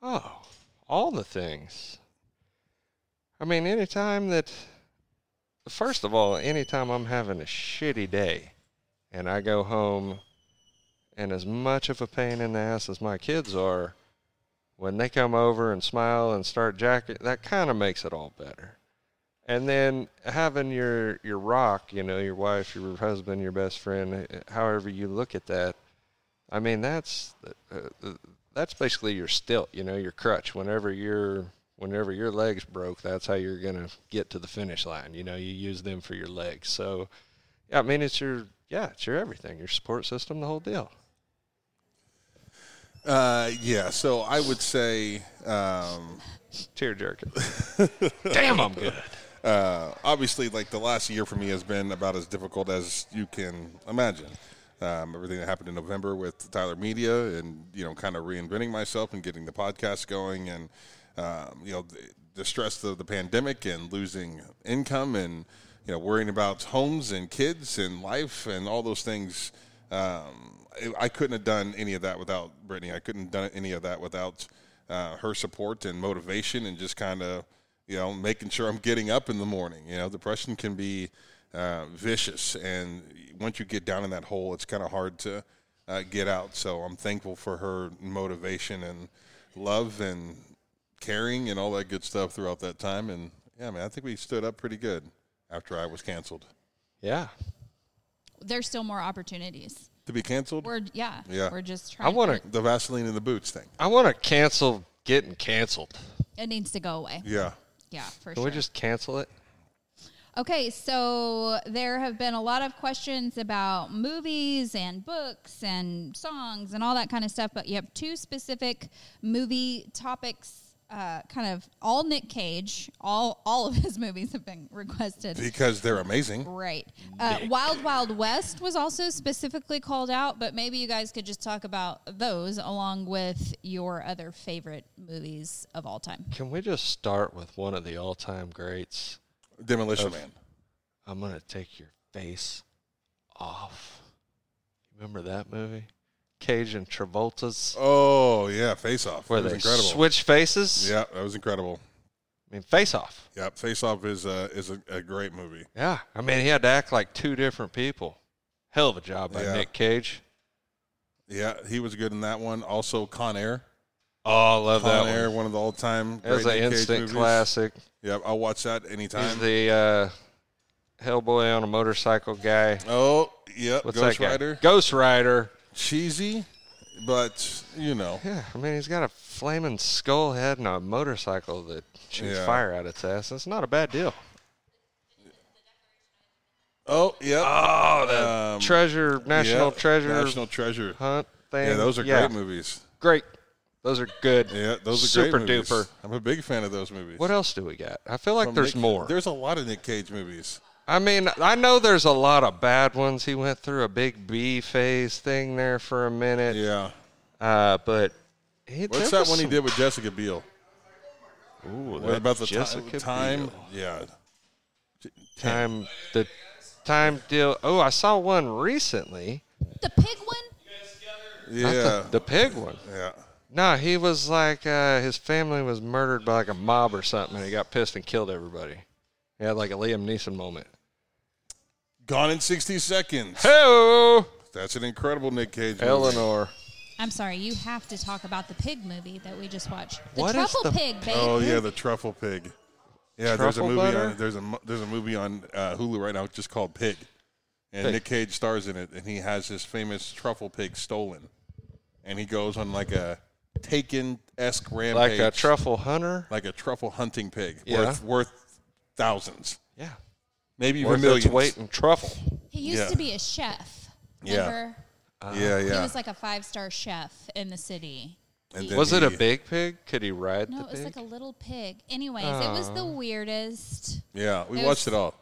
Oh, all the things. I mean, anytime that, first of all, anytime I'm having a shitty day and I go home, and as much of a pain in the ass as my kids are, when they come over and smile and start jacking, that kind of makes it all better. And then having your, your rock, you know, your wife, your husband, your best friend, eh, however you look at that, I mean, that's uh, uh, that's basically your stilt, you know, your crutch. Whenever you're whenever your legs broke, that's how you're gonna get to the finish line. You know, you use them for your legs. So, yeah, I mean, it's your yeah, it's your everything, your support system, the whole deal. Uh, yeah, so I would say um, Tear jerking. Damn, I'm good. uh, obviously, like the last year for me has been about as difficult as you can imagine. Um, everything that happened in November with Tyler Media, and you know, kind of reinventing myself and getting the podcast going, and um, you know, the, the stress of the pandemic and losing income, and you know, worrying about homes and kids and life and all those things. Um, I- I couldn't have done any of that without Brittany. I couldn't have done any of that without uh, her support and motivation and just kind of you know, making sure I'm getting up in the morning. You know, depression can be uh, vicious, and once you get down in that hole, it's kind of hard to uh, get out. So I'm thankful for her motivation and love and caring and all that good stuff throughout that time. And yeah, man, I think we stood up pretty good after I was canceled. Yeah, There's still more opportunities. To be canceled, We're yeah. Yeah. We're just trying. wanna- the Vaseline in the boots thing. I want to cancel getting canceled. It needs to go away. Yeah. Yeah, for Can sure. we just cancel it? Okay, so there have been a lot of questions about movies and books and songs and all that kind of stuff, but you have two specific movie topics, uh, kind of all Nick Cage, all all of his movies have been requested. Because they're amazing. Right. Uh, Wild Wild West was also specifically called out, but maybe you guys could just talk about those along with your other favorite movies of all time. Can we just start with one of the all-time greats? Demolition Man. I'm gonna take your face off. Remember that movie, Cage and Travolta's, Oh yeah, Face Off. where That was they incredible. switch faces. Yeah, that was incredible. I mean, Face Off. Yeah, Face Off is a is a, a great movie. Yeah, I mean, he had to act like two different people. Hell of a job by Yeah. Nick Cage. Yeah, he was good in that one. Also, Con Air. Oh, I love Con that Air, one. one. of the all time. That was an instant classic. Yep, I'll watch that He's anytime. the uh, Hellboy on a motorcycle guy. oh, yep, What's Ghost that guy? Rider. Ghost Rider. Cheesy, but you know, Yeah, I mean, he's got a flaming skull head and a motorcycle that shoots Yeah. fire out its ass. That's not a bad deal. Oh, yep. Oh, the treasure, National Treasure National Treasure. Hunt thing. Yeah, those are great movies. Great. Those are good. Yeah, those are Super great movies. duper. I'm a big fan of those movies. What else do we got? I feel like From there's Nick- more. There's a lot of Nick Cage movies. I mean, I know there's a lot of bad ones. He went through a big B phase thing there for a minute. Yeah. Uh, but he, What's there that was one he some- did with Jessica Biel? Ooh, What that about the ti- Jessica time? Biel. Yeah. time? The time deal. Oh, I saw one recently. The pig one? Not the- Yeah. the pig one. yeah. No, he was like uh, his family was murdered by like a mob or something, and he got pissed and killed everybody. He had like a Liam Neeson moment. Gone in 60 seconds. Hello, That's an incredible Nick Cage movie. Eleanor. I'm sorry, you have to talk about the pig movie that we just watched. The What is truffle the- pig, babe. Oh yeah, the truffle pig. Yeah, there's a Truffle movie butter? on there's a mo- there's a movie on uh, Hulu right now just called Pig, and Pig. Nick Cage stars in it, and he has his famous truffle pig stolen, and he goes on like a taken esque Like rampage, a truffle hunter. like a truffle hunting pig Yeah. worth worth thousands, Yeah. maybe even Worth its millions. weight in truffle. He used Yeah. to be a chef. Yeah. Remember? Uh-huh. yeah, yeah. He was like a five star chef in the city. And then Was it a he- big pig? Could he ride No, the it was pig? like a little pig. Anyways, it was the weirdest. Yeah, we It was- watched it all.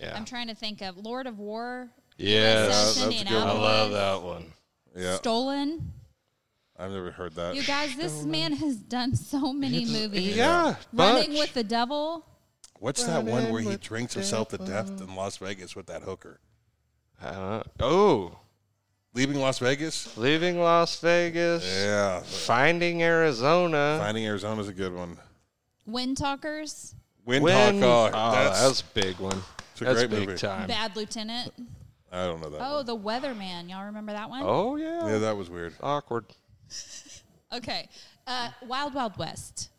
yeah. I'm trying to think of Lord of War. yes. That's that's a good one. I love that one. Yeah, Stolen. I've never heard that. You guys, this man has done so many movies. Yeah. Running bunch. with the Devil. What's that one where he with drinks himself to death in Las Vegas with that hooker? Uh, oh, Leaving Las Vegas? leaving Las Vegas. Yeah. Finding Arizona. Finding Arizona's a good one. Wind Talkers. Wind When- Talk. Oh, that's, that was a big one. it's a That's great big movie. time. Bad Lieutenant. I don't know that. Oh, The Weatherman. Y'all remember that one? Oh yeah. one. Yeah, that was weird. Awkward. Okay. Uh, Wild Wild West.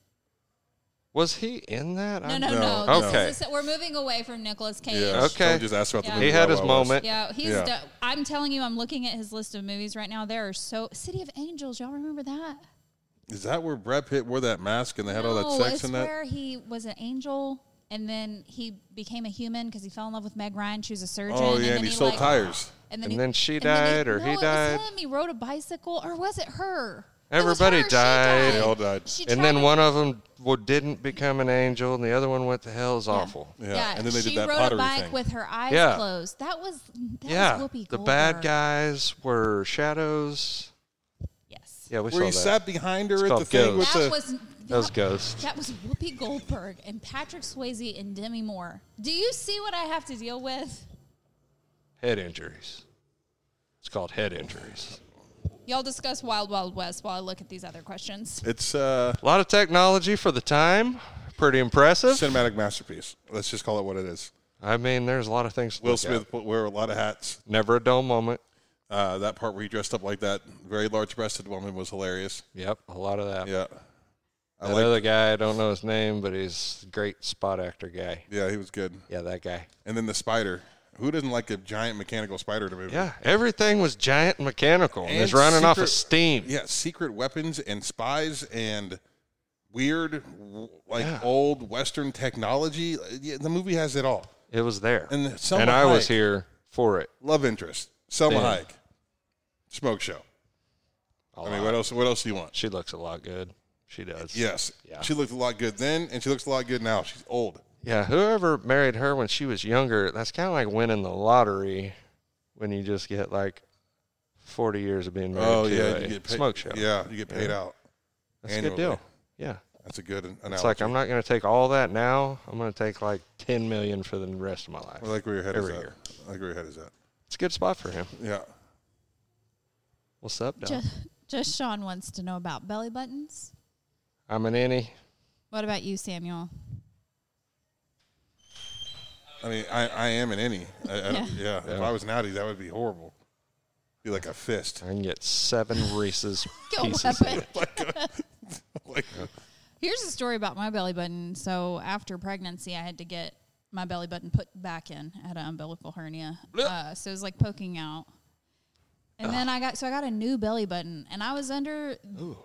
Was he in that? No, I'm- no, no. No, This okay. is- we're moving away from Nicolas Cage. Yeah. Okay. someone Just asked about the Yeah. movie He had Wild his Wild West. moment. Yeah, he's. Yeah. do- I'm telling you, I'm looking at his list of movies right now. There are so City of Angels. Y'all remember that? Is that where Brad Pitt wore that mask and they had all no, that sex it's in that? where he was an angel and then he became a human because he fell in love with Meg Ryan. She was a surgeon. Oh yeah, then and he, sold like- tires. And And then she died, or no, he it was died. him. He rode a bicycle, or was it her? It was Everybody her. She died. They all died. She and tried then to- one of them didn't become an angel, and the other one went to hell is awful. Yeah, and then they she did that rode pottery a bike thing. with her eyes Yeah. closed. That was that Yeah, was Whoopi the bad Goldberg. guys were shadows. Yes, Yeah, we Where saw he that. sat behind It's her at the called thing Ghost. with that the. was that was Ghost. That was Whoopi Goldberg and Patrick Swayze and Demi Moore. Do you see what I have to deal with? Head injuries. It's called head injuries. Y'all discuss Wild Wild West while I look at these other questions. It's uh, A lot of technology for the time. Pretty impressive. cinematic masterpiece. Let's just call it what it is. I mean, there's a lot of things. to Will look at. Smith put, wear a lot of hats. Never a dull moment. Uh, that part where he dressed up like that very large-breasted woman was hilarious. Yep, a lot of that. Yeah, I That like. other guy, I don't know his name, but he's a great spot actor guy. Yeah, he was good. Yeah, that guy. And then the spider. Who doesn't like a giant mechanical spider to move? Yeah, everything was giant and mechanical, and, it's And running off of secret- steam. Yeah, secret weapons and spies and weird, w- like Yeah. old Western technology. Yeah, the movie has it all. It was there, And Selma And I was Hayek. here for it. Love interest. Selma Yeah. Hayek. Smoke show. a I mean, lot. what else? What else do you want? She looks a lot good. She does. Yes. Yeah. She looked a lot good then, and she looks a lot good now. She's old. Yeah, whoever married her when she was younger, that's kind of like winning the lottery when you just get like 40 years of being married to a Oh, you get paid. uh, smoke show. Yeah, you get paid out. That's a annually. good deal. Yeah. That's a good analogy. It's like I'm not going to take all that now. I'm going to take like 10 million for the rest of my life. I like where your head is every at. year. I like where your head is at. It's a good spot for him. Yeah. What's up, Doc? Just, just Sean wants to know about belly buttons. I'm an innie. What about you, Samuel? I mean, I, I am an any. I, I, yeah. Yeah. If I was naughty, that would be horrible. Be like a fist. I can get seven Reese's Go pieces. weapon. like Here's a story about my belly button. So after pregnancy, I had to get my belly button put back in. I had an umbilical hernia, uh, so it was like poking out. And then I got so I got a new belly button, and I was under the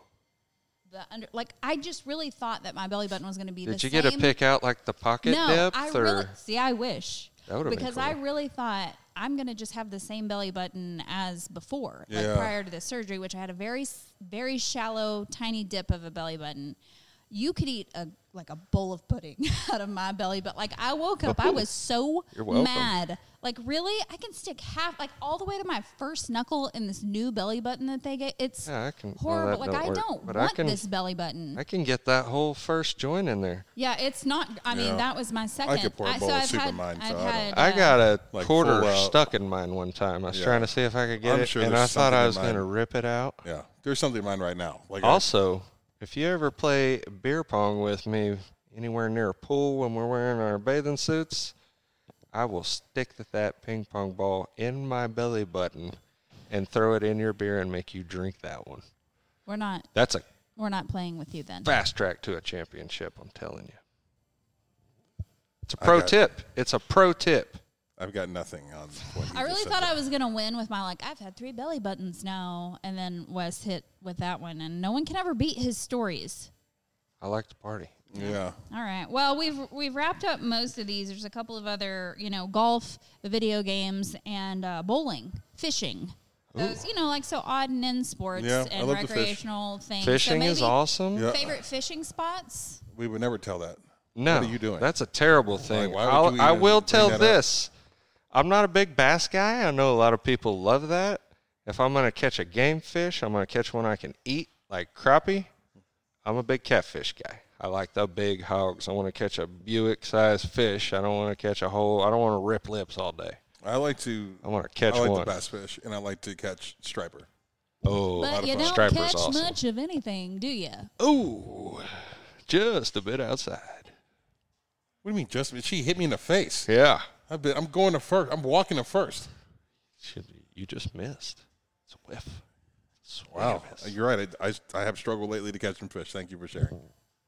under like I just really thought that my belly button was going to be. Did the you get a same. pick out like the pocket no, depth? I or? really see. I wish That would've been because cool. I really thought I'm going to just have the same belly button as before, Yeah. like prior to the surgery, which I had a very s- very shallow, tiny dip of a belly button. You could eat a like a bowl of pudding out of my belly, but like I woke up, I was so Oh. You're welcome. mad. Like really, I can stick half, like all the way to my first knuckle in this new belly button that they get. It's Yeah, I can- well, horrible. like that don't I work, don't but I want can- this belly button. I can get that whole first joint in there. Yeah, it's not. I mean, Yeah. that was my second. pour a bowl of soup in mine, so I don't- uh, I got a Like quarter full out. stuck in mine one time. I was Yeah. trying to see if I could get I'm it, sure and I there's thought something I in was going to mine. rip it out. yeah. There's something in mine right now. Like I- Also, if you ever play beer pong with me anywhere near a pool when we're wearing our bathing suits, I will stick th- that ping pong ball in my belly button and throw it in your beer and make you drink that one. We're not. That's a We're not playing with you then. fast track to a championship, I'm telling you. It's a pro got- tip. It's a pro tip. I've got nothing on. What I really thought I was gonna win with my like. I've had three belly buttons now, and then Wes hit with that one, and no one can ever beat his stories. I like to party. Yeah. All right. Well, we've we've wrapped up most of these. There's a couple of other, you know, golf, video games, and uh, bowling, fishing. Those, you know, like so odd and end sports Yeah, I and love to fish. recreational things. So Fishing is maybe awesome. Yeah. Favorite fishing spots? We would never tell that. No, are you doing? That's a terrible thing. Like, why would I'll- you I even will bring tell that up? this: I'm not a big bass guy. I know a lot of people love that. If I'm going to catch a game fish, I'm going to catch one I can eat, like crappie. I'm a big catfish guy. I like the big hogs. I want to catch a Buick-sized fish. I don't want to catch a whole. I don't want to rip lips all day. I like to. I wanna catch I like one. the bass fish, and I like to catch striper. Oh, But you don't Striper's catch awesome. much of anything, do you? Ooh, just a bit outside. What do you mean, Justin? She hit me in the face. Yeah, I've been, I'm going to first. I'm walking to first. Should, you just missed. It's a whiff. It's a miss. you're right. I, I, I have struggled lately to catch some fish. Thank you for sharing.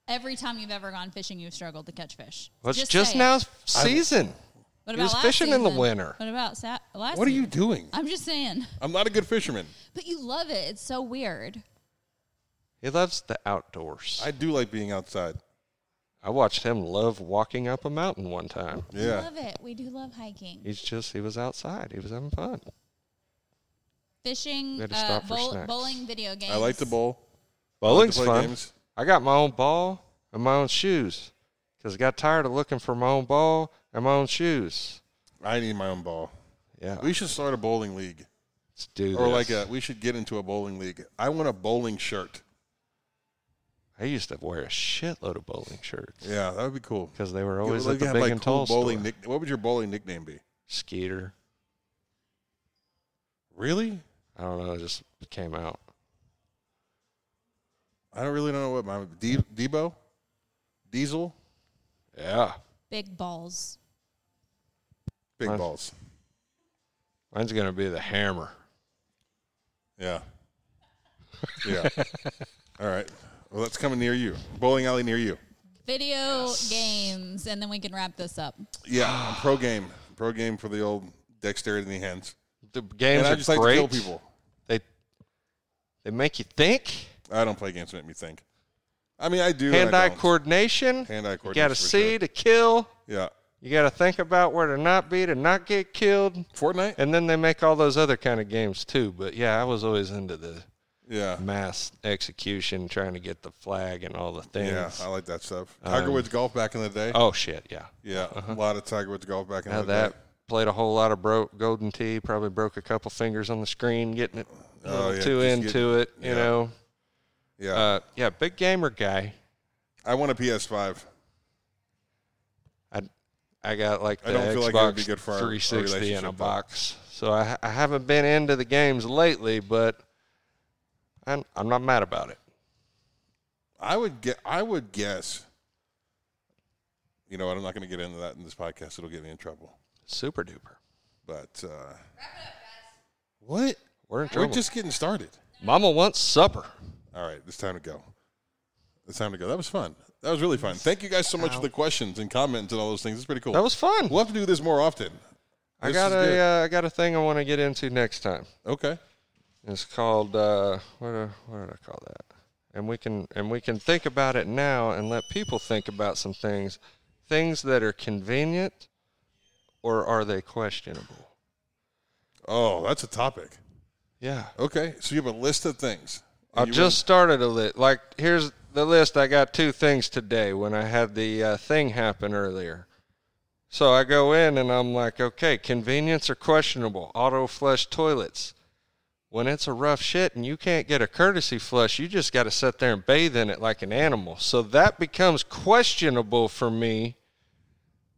Every time you've ever gone fishing, you've struggled to catch fish. Well, it's just, saying. now season. What he was last fishing in the season? winter. What about sa- last? What are you season? doing? I'm just saying. I'm not a good fisherman. But you love it. It's so weird. He loves the outdoors. I do like being outside. I watched him love walking up a mountain one time. Yeah. We love it. We do love hiking. He's just he was outside. He was having fun. Fishing, Gotta uh, stop for bowl, snacks. bowling, video games. I like to bowl. Bowling's play fun. games. I got my own ball and my own shoes because I got tired of looking for my own ball and my own shoes. I need my own ball. Yeah, We should start a bowling league, let's do or like this. a. We should get into a bowling league. I want a bowling shirt. I used to wear a shitload of bowling shirts Yeah, that would be cool. because they were Yeah, always like at the have, big like, and cool tall bowling store. nick- What would your bowling nickname be? Skeeter. Really? I don't know. It just came out. I don't really know what my D, Debo, Diesel, Yeah, Big balls. big Nice. balls. mine's gonna be the hammer. Yeah. Yeah. All right. Well, that's coming near you. Bowling alley near you. Video games. And then we can wrap this up. Yeah. pro game. Pro game for the old dexterity in the hands. The games And I are just great. like to kill people. They they make you think. I don't play games that make me think. I mean, I do. and I Hand-eye don't. coordination. Hand-eye You coordination got to for see sure. to kill. Yeah. You got to think about where to not be to not get killed. Fortnite. And then they make all those other kind of games too. But yeah, I was always into the yeah. mass execution, trying to get the flag and all the things. Yeah. I like that stuff. Tiger Woods golf back in the day. Um, oh shit, yeah. yeah. A lot of Tiger Woods golf back in Now the that day. played a whole lot of bro- golden tee. Probably broke a couple fingers on the screen getting it a Oh, little yeah, too just into it. You yeah. know. Yeah. Uh, yeah, big gamer guy. I want a PS5. I I got like the I don't Xbox feel like it would be good for our- our 360 in a relationship, though. box. So I I haven't been into the games lately, but I'm I'm not mad about it. I would get. I would guess. You know, what, I'm not going to get into that in this podcast. It'll get me in trouble. Super duper. But uh, what? We're in We're trouble. just getting started. Mama wants supper. All right, it's time to go. It's time to go. That was fun. That was really fun. Thank you guys so much for the questions and comments and all those things. It's pretty cool. That was fun. We'll have to do this more often. I This is got good. a uh, I got a thing I want to get into next time. okay. It's called uh, what uh, what did I call that? And we can and we can think about it now and let people think about some things, things that are convenient, or are they questionable? Oh, that's a topic. Yeah. Okay, so you have a list of things. I And you just started a list. Like, here's the list. I got two things today when I had the uh, thing happen earlier. So I go in and I'm like, okay, convenience or questionable? Auto flush toilets. When it's a rough shit and you can't get a courtesy flush, you just got to sit there and bathe in it like an animal. So that becomes questionable for me.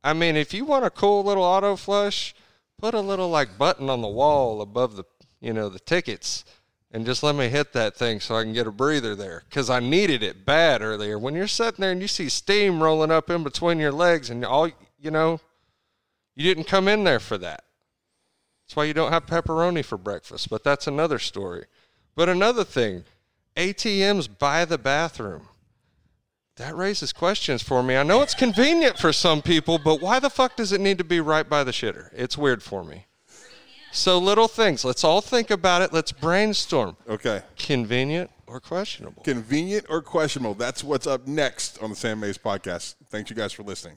I mean, if you want a cool little auto flush, put a little like button on the wall above the you know the tickets, and just let me hit that thing so I can get a breather there because I needed it bad earlier. When you're sitting there and you see steam rolling up in between your legs, and all you know, you didn't come in there for that. That's why you don't have pepperoni for breakfast. But that's another story. But another thing, ATMs by the bathroom. That raises questions for me. I know it's convenient for some people, but why the fuck does it need to be right by the shitter? It's weird for me. So little things. Let's all think about it. Let's brainstorm. win. Okay. Convenient or questionable? Convenient or questionable? That's what's up next on the Sam Mays podcast. Thanks you guys for listening.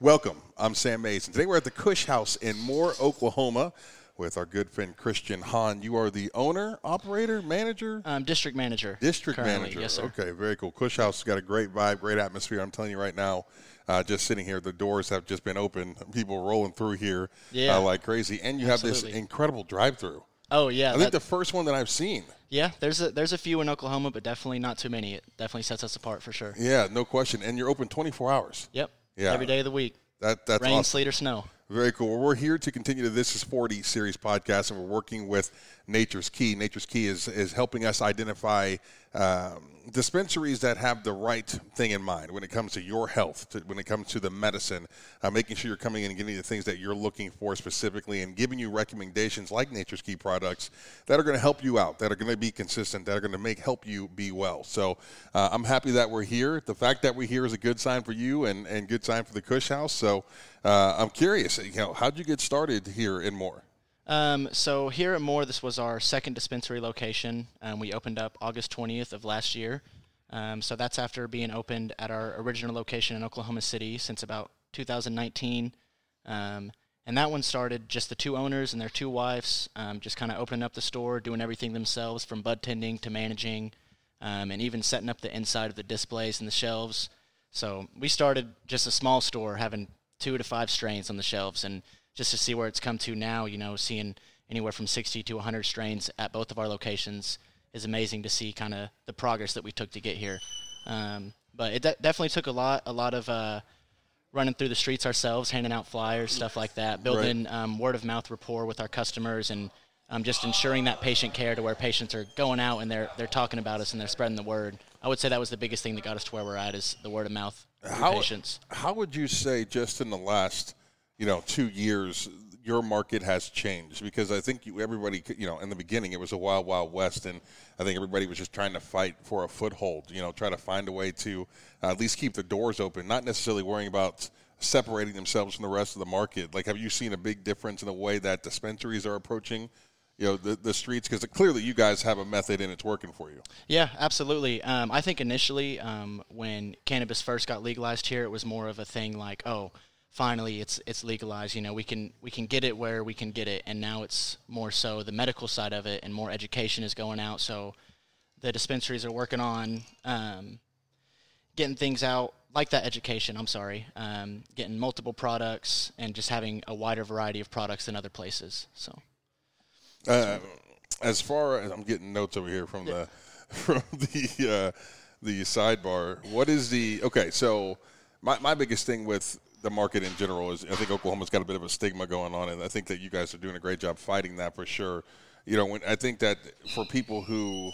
Welcome. I'm Sam Mays, and today we're at the Cush House in Moore, Oklahoma, with our good friend Christian Hahn. You are the owner, operator, manager, Um, district manager. district currently, manager. Yes, sir. Okay, very cool. Cush House has got a great vibe, great atmosphere. I'm telling you right now, uh, just sitting here, the doors have just been open. People rolling through here Yeah. uh, like crazy, and you have this Absolutely. incredible drive-through. Oh yeah. I think that- the first one that I've seen. yeah. There's a there's a few in Oklahoma, but definitely not too many. It definitely sets us apart for sure. Yeah, no question. And you're open 24 hours. Yep. Yeah. Every day of the week. That that's Rain, awesome. sleet, or snow. Very cool. Well, we're here to continue the This is 40 series podcast, and we're working with Nature's Key. Nature's Key is, is helping us identify um, dispensaries that have the right thing in mind when it comes to your health, to, when it comes to the medicine, uh, making sure you're coming in and getting the things that you're looking for specifically, and giving you recommendations like Nature's Key products that are going to help you out, that are going to be consistent, that are going to make help you be well. So uh, I'm happy that we're here. The fact that we're here is a good sign for you and, and good sign for the Cush House. So uh, I'm curious. say, you know, how'd you get started here in Moore? Um, so here at Moore, this was our second dispensary location. Um, we opened up August 20th of last year. Um, so that's after being opened at our original location in Oklahoma City since about 2019. Um, and that one started just the two owners and their two wives, um, just kind of opening up the store, doing everything themselves from bud tending to managing, um, and even setting up the inside of the displays and the shelves. So we started just a small store, having two to five strains on the shelves, and just to see where it's come to now, you know, seeing anywhere from 60 to 100 strains at both of our locations is amazing to see kind of the progress that we took to get here. Um, but it de- definitely took a lot, a lot of uh, running through the streets ourselves, handing out flyers, stuff like that, building um, word of mouth rapport with our customers, and um, just ensuring that patient care to where patients are going out and they're they're talking about us and they're spreading the word. I would say that was the biggest thing that got us to where we're at is the word of mouth through How- patients. How would you say just in the last, you know, two years, your market has changed? Because I think you, everybody, could- you know, in the beginning it was a wild, wild west, and I think everybody was just trying to fight for a foothold. You know, try to find a way to uh, at least keep the doors open, not necessarily worrying about separating themselves from the rest of the market. Like, have you seen a big difference in the way that dispensaries are approaching? You know the, the streets because clearly you guys have a method and it's working for you. Yeah, absolutely. Um, I think initially, um, when cannabis first got legalized here, it was more of a thing like, oh, finally, it's it's legalized. You know, we can we can get it where we can get it, and now it's more so the medical side of it, and more education is going out. So the dispensaries are working on um, getting things out like that education. I'm sorry, um, getting multiple products and just having a wider variety of products than other places. So. Uh, as far as I'm getting notes over here from the from the uh, the sidebar, what is the okay? So my my biggest thing with the market in general is I think Oklahoma's got a bit of a stigma going on, and I think that you guys are doing a great job fighting that for sure. You know, when I think that for people who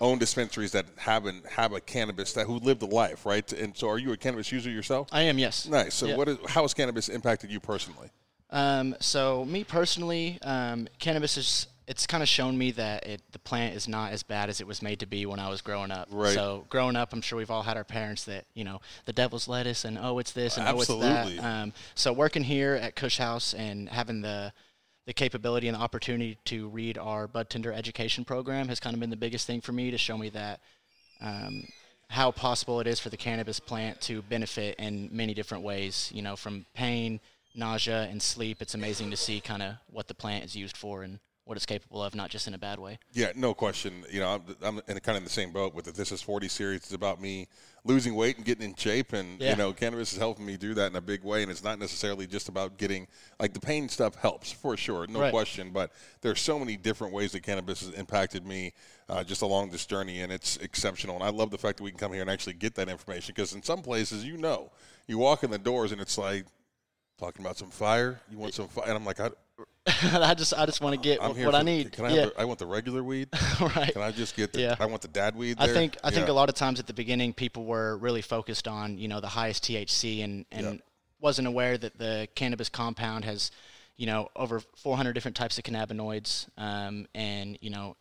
own dispensaries that haven't have a cannabis that who lived a life, right? And so, are you a cannabis user yourself? I am, yes. nice. So, Yeah. what is, how has cannabis impacted you personally? Um, so me personally, um, cannabis is it's kind of shown me that it, the plant is not as bad as it was made to be when I was growing up. Right. So growing up, I'm sure we've all had our parents that you know the devil's lettuce and oh it's this and oh it's Absolutely. that. Um, so working here at Kush House and having the the capability and the opportunity to read our bud tender education program has kind of been the biggest thing for me to show me that um, how possible it is for the cannabis plant to benefit in many different ways. You know, from pain, nausea, and sleep. It's amazing to see kind of what the plant is used for and what it's capable of, not just in a bad way. Yeah, no question. You know, I'm, I'm in kind of in the same boat with the This Is 40 series. It's about me losing weight and getting in shape. And, Yeah. you know, cannabis is helping me do that in a big way. And it's not necessarily just about getting, like, the pain stuff helps for sure, no Right. question. But there's so many different ways that cannabis has impacted me uh, just along this journey. And it's exceptional. And I love the fact that we can come here and actually get that information because in some places, you know, you walk in the doors and it's like, talking about some fire. You want some fire? And I'm like, I, I just, I just want to get I'm what here. what for I the- need. Can I, yeah, have the, I want the regular weed. right. Can I just get the? Yeah. I want the dad weed. I there? think I think Yeah. a lot of times at the beginning people were really focused on you know the highest THC and and wasn't aware that the cannabis compound has you know over 400 different types of cannabinoids um, and you know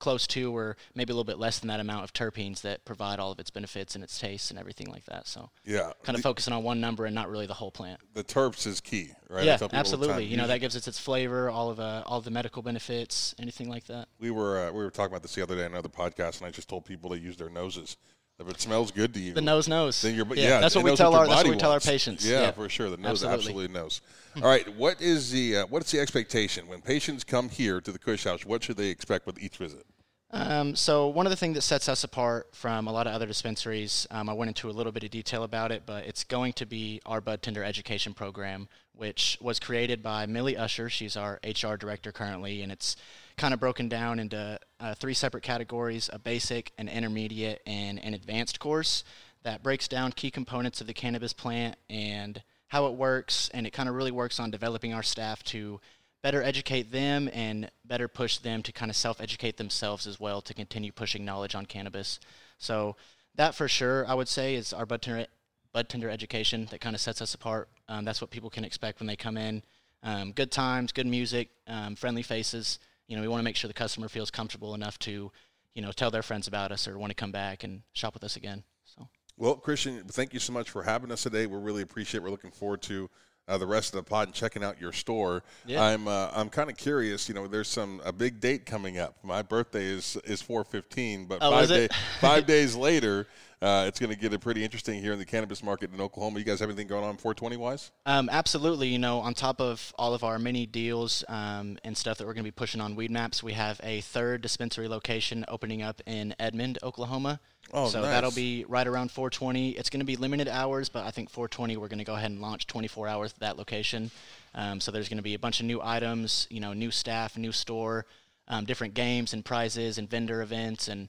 close to or maybe a little bit less than that amount of terpenes that provide all of its benefits and its tastes and everything like that. So Yeah, kind of the, focusing on one number and not really the whole plant. the terps is key, right? I yeah, tell people all the absolutely. time, You know that gives it its flavor, all of uh, all the medical benefits, anything like that. we were uh, we were talking about this the other day on another podcast, and I just told people to use their noses. If it smells good to you, The nose knows. then your yeah, yeah, that's it what we knows tell your our that's what body we tell our wants. patients. Yeah, for sure, the nose Absolutely. absolutely Hmm. knows. All right, what is the uh, what's the expectation when patients come here to the Kush House? What should they expect with each visit? Um, so one of the things that sets us apart from a lot of other dispensaries, um, I went into a little bit of detail about it, but it's going to be our Bud Tender Education Program, which was created by Millie Usher. She's our HR director currently, and it's kind of broken down into uh, three separate categories: a basic, an intermediate, and an advanced course that breaks down key components of the cannabis plant and how it works, and it kind of really works on developing our staff to better educate them and better push them to kind of self-educate themselves as well to continue pushing knowledge on cannabis. So that for sure, I would say, is our bud tender, bud tender education that kind of sets us apart. Um, that's what people can expect when they come in. Um, good times, good music, um, friendly faces. You know, we want to make sure the customer feels comfortable enough to, you know, tell their friends about us or want to come back and shop with us again. So Well, Christian, thank you so much for having us today. We really appreciate. it. We're looking forward to uh, the rest of the pod and checking out your store. Yeah. I'm uh, I'm kind of curious. You know, there's some a big date coming up. My birthday is is 415, but Oh, five is it? day- five days later, uh, it's going to get pretty interesting here in the cannabis market in Oklahoma. You guys have anything going on 420 wise? Um, absolutely. You know, on top of all of our mini deals um, and stuff that we're going to be pushing on Weed Maps, we have a third dispensary location opening up in Edmond, Oklahoma. Oh, so nice. that'll be right around 420. It's going to be limited hours, but I think 420 we're going to go ahead and launch 24 hours at that location. Um, so there's going to be a bunch of new items, you know, new staff, new store, um, different games and prizes and vendor events and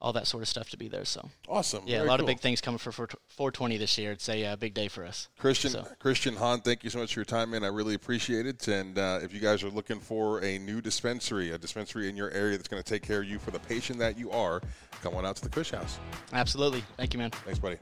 all that sort of stuff to be there. So Awesome. yeah, Very a lot cool. of big things coming for 4- 420 this year. It's a uh, big day for us. Christian So- Christian Hahn, thank you so much for your time, man. I really appreciate it. And uh, if you guys are looking for a new dispensary, a dispensary in your area that's going to take care of you for the patient that you are, come on out to the Kush House. Absolutely. Thank you, man. Thanks, buddy.